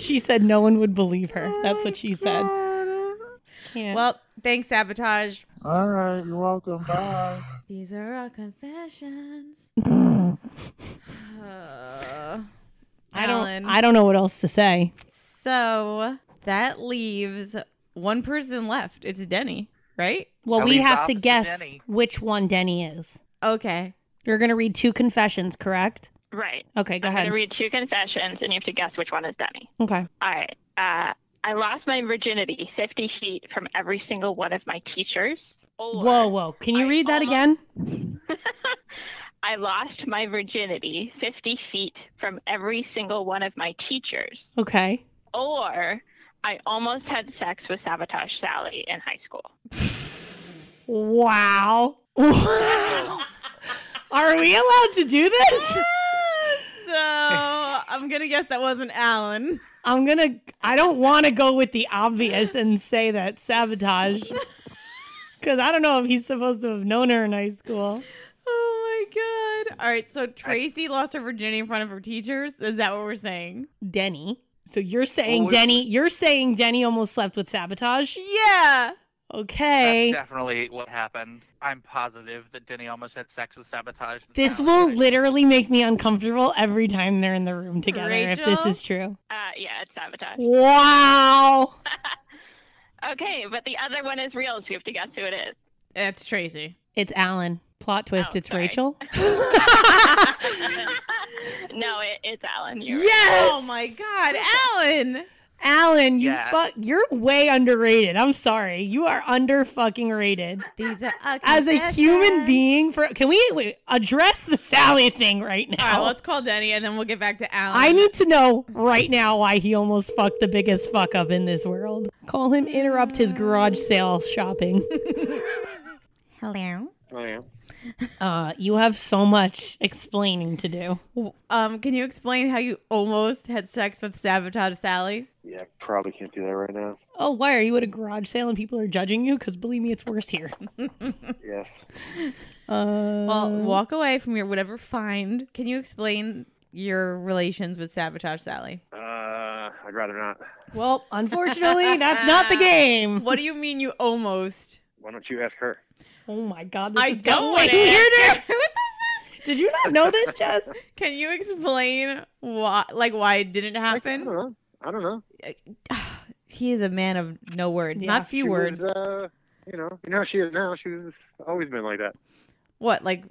S1: She said no one would believe her. That's what she said. Can't.
S2: Oh, Well, thanks, sabotage.
S8: All right, you're welcome. Bye.
S2: These are
S1: (laughs)
S2: our confessions. Uh,
S1: I don't.
S2: Alan.
S1: I don't know what else to say.
S2: so that leaves one person left. It's Denny, right?
S1: Well,
S4: That
S1: we
S4: leaves
S1: have
S4: off
S1: to
S4: to
S1: guess
S4: Denny.
S1: which one Denny is.
S2: Okay.
S1: You're going to read two confessions, correct?
S6: Right.
S1: Okay, go
S6: I'm
S1: ahead.
S6: gonna read two confessions, and you have to guess which one is Denny.
S1: okay.
S6: All right. Uh, I lost my virginity 50 feet from every single one of my teachers. Or
S1: Whoa, whoa. Can you
S6: I
S1: read that again?
S6: almost- (laughs) I lost my virginity 50 feet from every single one of my teachers.
S1: Okay.
S6: Or I almost had sex with Sabotage Sally in high school.
S1: Wow. Are we allowed to do this?
S2: So
S1: (laughs)
S2: I'm gonna guess that wasn't Alan.
S1: I'm going to I don't want to go with the obvious and say that
S6: (laughs)
S1: sabotage cuz I don't know if he's supposed to have known her in high school.
S2: Oh All right, so Tracy lost her virginity in front of her teachers. Is that what we're saying?
S1: Denny. So you're saying
S6: Oh,
S4: Well, we-
S1: Denny, you're saying Denny almost slept with sabotage?
S2: Yeah.
S1: Okay.
S4: That's definitely what happened. I'm positive that Denny almost had sex with sabotage.
S1: This will literally make me uncomfortable every time they're in the room together if this
S2: Rachel?
S1: is true.
S6: Uh, yeah, it's sabotage.
S1: Wow.
S6: Okay, but the other one is real, so you have to guess who it is. (laughs)
S2: That's Tracy.
S1: It's Alan. Plot twist,
S6: Oh,
S1: it's
S6: sorry.
S1: Rachel. (laughs)
S6: no, it, it's Alan. You're right.
S1: yes.
S2: Oh my God, Alan.
S1: Alan, you
S4: Yeah.
S1: fuck you're way underrated. I'm sorry. You are under fucking rated.
S2: These are
S1: As a human being for can we wait, address the Sally thing right
S2: All right,
S1: now?
S2: let's call Denny and then we'll get back to Alan.
S1: I need to know right now why he almost fucked the biggest fuck up in this world. Call him interrupt his garage sale shopping. (laughs)
S10: Hello.
S8: Oh,
S1: Uh, you have so much explaining to do.
S2: Um, can you explain how you almost had sex with Sabotage Sally?
S8: Yeah, probably can't do that right now.
S1: Oh, why are you at a garage sale and people are judging you? Because believe me, it's worse here.
S8: Yes.
S1: (laughs) Uh,
S2: Well, walk away from your whatever find. Can you explain your relations with Sabotage Sally?
S8: Uh, I'd rather not.
S1: well, (laughs) unfortunately, that's not the game.
S2: (laughs) What do you mean you almost?
S8: Why don't you ask her?
S1: Oh my god, this
S2: I
S1: just got
S2: don't
S1: way (laughs)
S2: wanna (laughs)
S1: weirder. Did you not know this, Jess?
S2: Can you explain why, like, why it didn't
S8: Like, I don't
S2: happen?
S8: know. I don't know.
S2: (sighs) He is a man of no words,
S1: Yeah,
S2: not few
S8: She was,
S2: words.
S8: uh, you know, you know how she is now. She's always been like that.
S2: what, like,
S8: This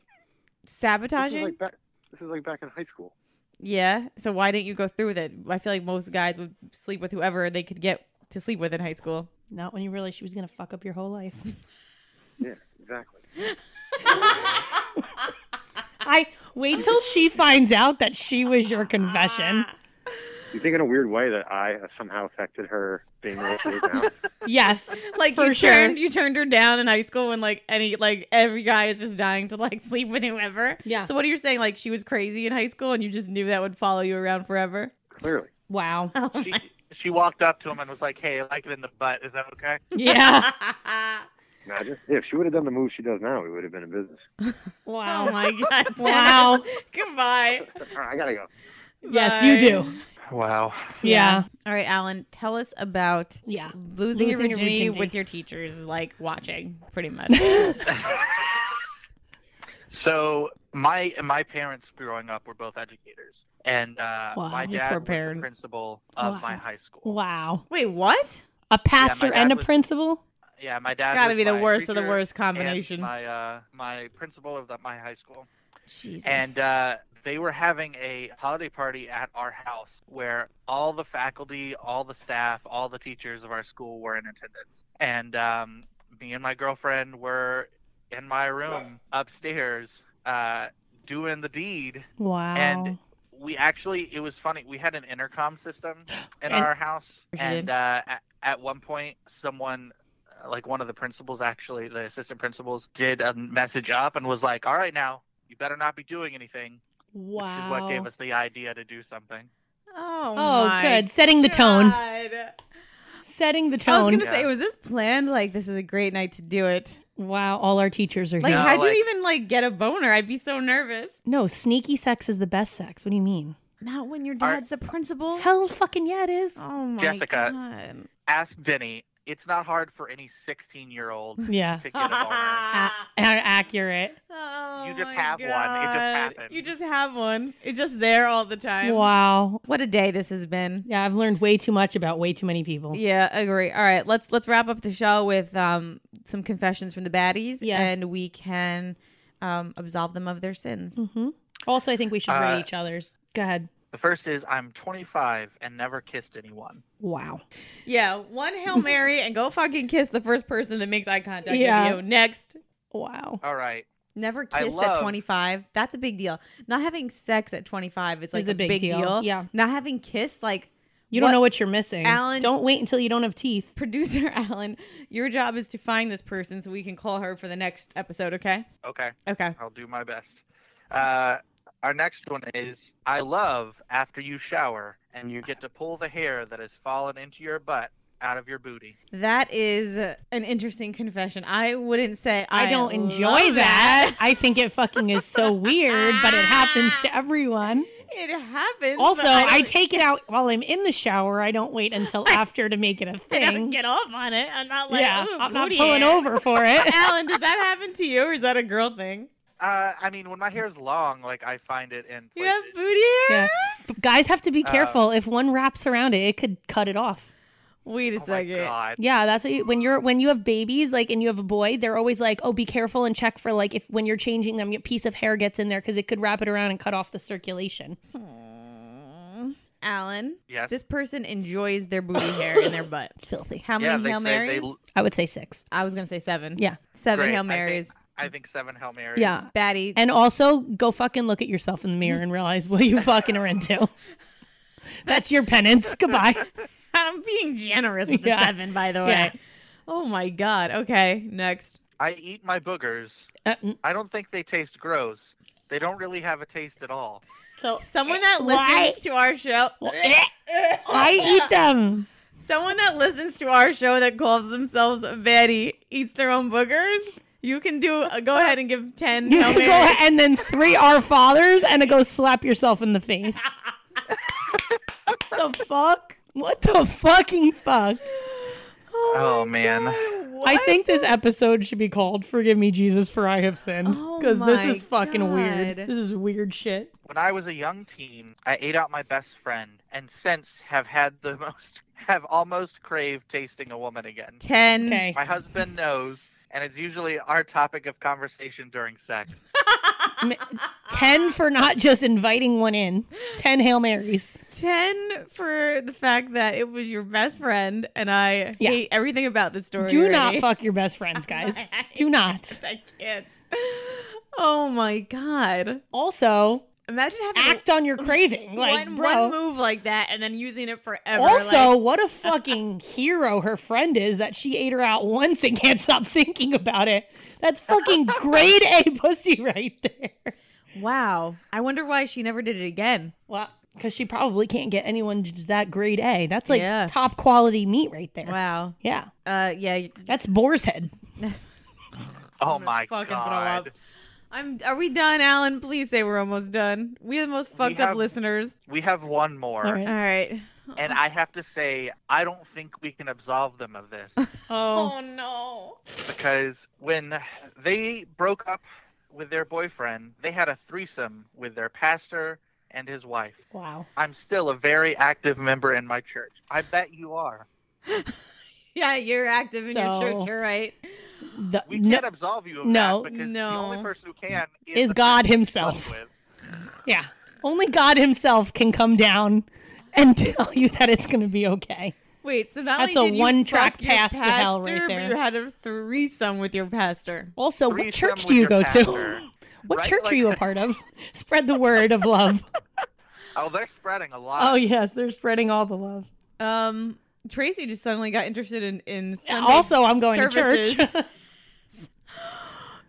S8: is
S2: sabotaging?
S8: like back. This is like back in high school.
S2: yeah. So why didn't you go through with it? I feel like most guys would sleep with whoever they could get to sleep with in
S1: (laughs)
S2: high school.
S1: Not when you realized she was gonna fuck up your whole life.
S8: Yeah, exactly.
S1: (laughs) I wait till she finds out that she was your confession.
S8: You think in a weird way that I somehow affected her being related now.
S1: Yes,
S2: Like
S1: For
S2: you
S1: sure.
S2: turned you turned her down in high school when like any like every guy is just dying to like (laughs) sleep with whoever.
S1: Yeah.
S2: So what are you saying? Like she was crazy in high school and you just knew that would follow you around (laughs) forever?
S8: Clearly.
S1: Wow.
S4: (laughs) She, she walked up to him and was like, "Hey, I like it in the butt. Is that okay?"
S1: (laughs) Yeah.
S8: Imagine if she would have done the move she does now, we would have been in business. (laughs)
S1: Wow.
S2: Oh (laughs) my god.
S1: Wow.
S2: Goodbye.
S8: All right, I gotta go.
S1: Yes, you do.
S4: Wow.
S1: Yeah.
S2: All right, Alan, tell us about
S1: Yeah.
S2: losing, your,
S1: Losing your
S2: virginity
S1: virginity.
S2: with your teachers like watching pretty (laughs) much.
S4: So my my parents growing up were both educators, and uh,
S1: Wow,
S4: my
S1: your
S4: dad
S2: poor
S4: was
S2: parents.
S4: the principal of
S1: Wow.
S4: my high school.
S1: Wow.
S2: Wait, what?
S1: A pastor
S4: dad
S1: and a
S4: was-
S1: principal?
S4: Yeah, my dad.
S2: Got to
S4: was
S2: be the
S4: my
S2: worst of the
S4: preacher
S2: worst
S4: and
S2: combination.
S4: My uh, my principal of the, my high school,
S2: Jesus.
S4: and uh, they were having a holiday party at our house where all the faculty, all the staff, all the teachers of our school were in attendance, and um, me and my girlfriend were in my room upstairs uh, doing the deed.
S1: Wow.
S4: And we actually it was funny we had an intercom system
S2: (gasps)
S4: in
S2: And-
S4: our house
S2: Yes, you
S4: and uh, at, at one point someone uh, like one of the principals actually the assistant principals did a message up and was like all right now you better not be doing anything
S1: wow.
S4: which is what gave us the idea to do something
S2: oh,
S1: Oh,
S2: my
S1: good. Setting the tone.
S2: God.
S1: Setting the
S2: I was
S1: tone.
S2: gonna say,
S4: Yeah.
S2: was this planned? Like, this is a great night to do it.
S1: Wow, all our teachers are
S2: Like,
S1: here.
S4: No,
S2: how'd
S4: like-
S2: you even like get a boner? I'd be so nervous.
S1: No, sneaky sex is the best sex. What do you mean?
S2: Not when your
S4: Are-
S2: dad's the principal.
S1: Hell fucking yeah, it is.
S2: Oh my
S4: Jessica.
S2: god.
S4: ask denny it's not hard for any 16 year
S2: (laughs)
S4: old (laughs)
S1: Yeah.
S4: to get a boner
S2: Ah.
S1: A- accurate.
S2: Oh,
S4: You just
S2: my
S4: have one. It just
S2: God.
S4: happened.
S2: You just have one. It's just there all the time.
S1: Wow.
S2: What a day this has been.
S1: Yeah, I've learned way too much about way too many people.
S2: Yeah, agree. All right, let's let's wrap up the show with um some confessions from the baddies,
S1: Yeah.
S2: and we can um absolve them of their sins.
S1: hmm Also, I think we should rate
S4: Uh,
S1: each other's. Go ahead.
S4: the first is i'm 25 and never kissed anyone
S1: Wow.
S2: Yeah, one
S1: (laughs)
S2: hail mary and go fucking kiss the first person that makes eye contact
S1: Yeah.
S2: with you. Next,
S1: Wow.
S4: all right
S2: never
S4: I
S2: kissed at
S4: love-
S2: 25. That's a big deal. Not having sex at 25 is like
S1: It's a big, deal. Yeah.
S2: Not having kissed like (laughs)
S1: You
S2: What-
S1: don't know what you're missing.
S2: Alan-
S1: don't wait until you don't have teeth.
S2: producer Alan, your job is to find this person so we can call her for the next episode, okay?
S4: okay
S2: Okay.
S4: I'll do my best. Uh, our next one is I love after you shower and you get to pull the hair that has fallen into your butt out of your booty.
S2: That is an interesting confession. I wouldn't say I,
S1: I don't enjoy
S2: love
S1: that. I think it fucking is so weird, but it happens to everyone.
S2: (laughs) It happens.
S1: Also,
S2: (laughs) but
S1: I,
S2: don't-
S1: take it out while I'm in the shower. I don't wait
S2: (laughs)
S1: until after to make it a
S2: I don't
S1: thing.
S2: get off on it. I'm not like
S1: yeah,
S2: "Ooh,
S1: I'm not
S2: booty
S1: pulling
S2: hair."
S1: over for it. (laughs)
S2: (laughs) Alan, does that happen to you, or is that a girl thing?
S4: Uh, I mean, when my hair's long, like I find it in.
S2: You have
S4: places.
S2: booty hair.
S1: Yeah. But guys have to be
S4: Uh,
S1: careful. if one wraps around it, it could cut it off.
S2: Wait a
S4: Oh my
S2: second.
S4: god.
S1: Yeah, that's what you, when you're when you have babies, like, and you have a boy, they're always like, "Oh, be careful and check for like if when you're changing them, a piece of hair gets in there because it could wrap it around and cut off the circulation."
S2: Aw. Hmm. Alan,
S4: Yes.
S2: this person enjoys their booty hair in their butt.
S1: It's filthy.
S2: How
S4: yeah,
S2: many
S4: they
S2: hail
S4: say
S2: marys?
S4: They,
S1: I would say six.
S2: I was gonna say seven.
S1: Yeah.
S2: seven
S4: Great. I
S2: hail
S4: think-
S2: marys. Uh,
S4: I think seven Hail Marys.
S1: Yeah,
S2: Batty.
S1: and also go fucking look at yourself in the mirror and realize what you fucking are
S2: (laughs)
S1: into. That's your penance. Goodbye.
S2: I'm being generous with the
S1: Yeah.
S2: seven, by the way.
S1: Yeah.
S2: Oh my god. Okay, next.
S4: I eat my boogers.
S1: Uh, mm.
S4: I don't think they taste gross. They don't really have a taste at all.
S2: Someone that
S1: Why?
S2: listens to our show. (laughs)
S1: I eat them.
S2: Someone that listens to our show that calls themselves a baddie eats their own boogers. You can do. Uh, go ahead and
S1: (laughs)
S2: give ten
S1: You
S2: hail
S1: can go
S2: marys. (gasps)
S1: ahead and then three are fathers and then go slap yourself in the face. the fuck? What the fucking fuck?
S4: Oh, man.
S1: I think this episode should be called "Forgive Me, Jesus, for I Have Sinned"
S2: Oh
S1: because
S2: my
S1: this is fucking weird.
S2: God.
S1: This is weird shit.
S4: When I was a young teen, I ate out my best friend, and since have had the (laughs) most, have almost craved tasting a woman again.
S2: ten.
S1: Okay.
S4: My husband knows, and it's usually our topic of conversation during sex.
S1: M-
S2: Ah.
S1: 10 for not just inviting one in. 10 Hail Marys.
S2: 10 for the fact that it was your best friend and I
S1: Yeah.
S2: hate everything about this story.
S1: Do not
S2: already.
S1: fuck your best friends, guys. Do not.
S2: (laughs) I can't. Oh my god.
S1: Also,
S2: Imagine having
S1: act on your craving. Like,
S2: one,
S1: bro.
S2: one move like that and then using it forever.
S1: Also,
S2: like-
S1: what a fucking (laughs) hero her friend is that she ate her out once and can't stop thinking about it. That's
S2: (laughs)
S1: fucking grade A pussy right there.
S2: wow. I wonder why she never did it again.
S1: Well, because she probably can't get anyone just that grade A. That's like
S2: Yeah.
S1: top quality meat right there.
S2: Wow.
S1: Yeah.
S2: Uh, yeah. you-
S1: That's boar's head.
S4: Oh
S2: I'm gonna
S4: my
S2: fucking throw
S4: god.
S2: up. I'm. Are we done, Alan? Please say we're almost done. We are the most fucked up
S4: have-
S2: listeners.
S4: We have one more,
S1: All
S2: All
S1: right.
S2: right.
S4: and I have to say, I don't think we can absolve them of this. (laughs)
S2: Oh no.
S4: because when they broke up with their boyfriend, they had a threesome with their pastor and his wife.
S1: Wow.
S4: I'm still a very active member in my church. I bet you are.
S2: Yeah, you're active in your
S1: So-
S2: church. You're right.
S1: The-
S4: We
S1: no-
S4: can't absolve you of
S1: no,
S4: that because the
S2: no.
S4: only person who can is,
S1: Is
S4: the
S1: God
S4: person you
S1: himself.
S4: slept with.
S1: Yeah. Only God himself can come down and (laughs) tell you that it's going to be okay.
S2: Wait, so not
S1: That's
S2: only
S1: a
S2: did you
S1: one-track
S2: fuck your
S1: pass to hell right
S2: pastor,
S1: there.
S2: But you had a threesome with your pastor.
S1: Also, what
S4: Threesome
S1: church do
S4: with
S1: you
S4: your
S1: go
S4: pastor.
S1: to? (laughs) What
S4: Right,
S1: church
S4: like-
S1: are you a part of? Spread the word of
S4: (laughs)
S1: love.
S4: Oh, they're spreading a lot.
S1: Oh, yes. They're spreading all the love.
S2: Um, Tracy just suddenly got interested in in Sunday.
S1: also, I'm going to
S2: services.
S1: church.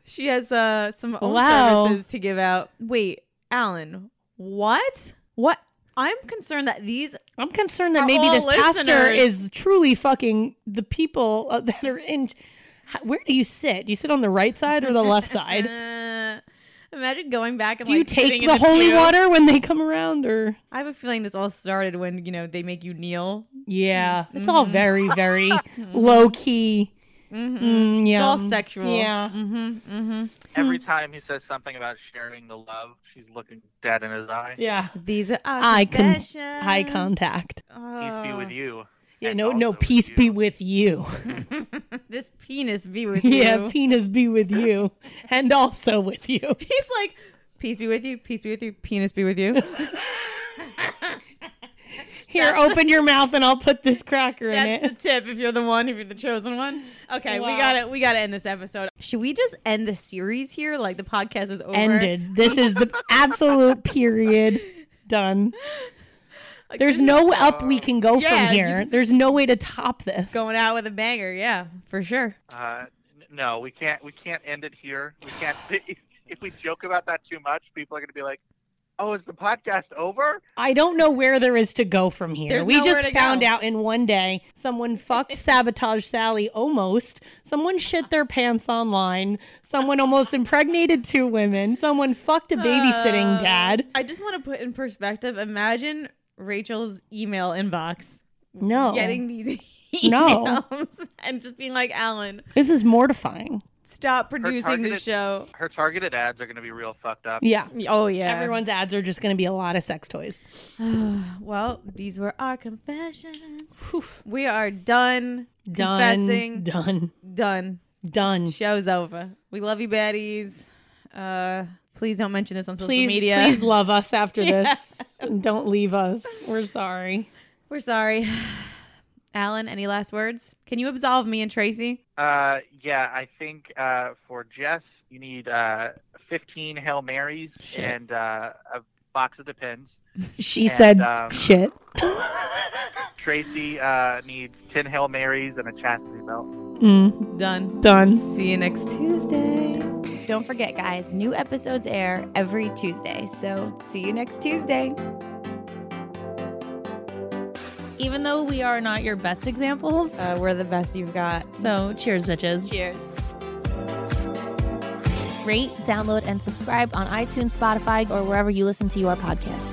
S2: she has uh some own
S1: Wow.
S2: services to give out. Wait, Alan, what? What? I'm concerned that these
S1: (laughs) I'm concerned that
S2: For
S1: maybe
S2: all
S1: this pastor
S2: listeners.
S1: is truly fucking the people uh, (laughs) that are in. How- Where do you sit? Do you sit on the right side or the
S2: (laughs)
S1: left side?
S2: Uh, imagine going back and
S1: Do you
S2: like, sitting
S1: take
S2: in
S1: the holy
S2: pew.
S1: water when they come around or.
S2: I have a feeling this all started when you know they make you kneel.
S1: Yeah,
S2: Mm.
S1: it's all very,
S2: (laughs)
S1: very low key.
S2: Mhm.
S1: Mm, yeah,
S2: Mm. It's all sexual.
S1: Yeah,
S2: Mm-hmm. Mm-hmm.
S4: Every time he says something about sharing the love, she's looking dead in his eye.
S1: yeah.
S2: These are
S1: Eye con- Eye
S2: confessions.
S1: contact.
S4: Peace be
S2: Oh.
S4: with you.
S1: Yeah,
S4: and
S1: no,
S4: also
S1: no.
S4: with
S1: Peace
S4: you.
S1: be with you.
S2: Oh. (laughs) this penis be
S1: (laughs)
S2: with
S1: yeah,
S2: you.
S1: penis be with
S2: (laughs)
S1: you, and also with you.
S2: He's like, peace be with you, peace be with you, penis be
S1: (laughs)
S2: with you. (laughs)
S1: Here, open your mouth, and I'll put this cracker in
S2: That's the
S1: it.
S2: tip if you're the one, if you're the chosen one. Okay, we
S1: Wow.
S2: gotta we gotta end this episode. Should we just end the series here? Like the podcast is over.
S1: Ended. This is the
S2: (laughs)
S1: absolute period. Done.
S2: Like,
S1: There's
S2: this is
S1: no up we can go
S2: Yeah,
S1: from
S2: you
S1: here.
S2: just-
S1: There's no way to top this.
S2: going out with a banger, yeah, for sure.
S4: Uh, n- no, we (laughs) can't. We can't end it here. We can't. If we joke about that too much, people are going to be like, Oh, is the podcast over?
S1: I don't know where there is to go from here.
S2: There's
S1: we
S2: nowhere
S1: just
S2: to go.
S1: found out in one day
S2: (laughs)
S1: someone fucked sabotage Sally almost. Someone shit their pants online. Someone almost impregnated two women. Someone fucked a babysitting
S2: Uh,
S1: dad.
S2: I just want to put in perspective. Imagine Rachel's email inbox
S1: No.
S2: getting these (laughs)
S1: No.
S2: emails and just being like, Alan,
S1: This is mortifying.
S2: stop producing
S4: targeted-
S2: this show.
S4: Her targeted ads are going to be real fucked up.
S1: Yeah.
S2: Oh yeah,
S1: Everyone's ads are just going to be a lot of sex toys.
S2: (sighs) well, these were our confessions. We are done
S1: Done.
S2: confessing.
S1: Done.
S2: Done.
S1: Done.
S2: Show's over. We love you, baddies. Uh, please don't mention this on social
S1: Please,
S2: media.
S1: please love us
S2: (laughs)
S1: after this. Don't leave us. We're
S4: (laughs)
S1: sorry.
S2: We're sorry. (sighs) Alan, any last words? Can you absolve me and Tracy?
S4: Uh, yeah, I think uh, for Jess, you need uh, 15 Hail Marys
S1: Shit.
S4: and uh, a box of Depends.
S1: She
S4: And,
S1: said
S4: um,
S1: shit. (laughs)
S4: Tracy uh, needs 10 Hail Marys and a chastity belt.
S1: Mm,
S2: Done.
S1: done.
S2: See you next Tuesday.
S11: Don't forget, guys, new episodes air every Tuesday. So see you next Tuesday.
S1: Even though we are not your best examples,
S2: Uh, we're the best you've got.
S1: so cheers, bitches.
S2: Cheers.
S12: Rate, download, and subscribe on iTunes, Spotify, or wherever you listen to your podcast.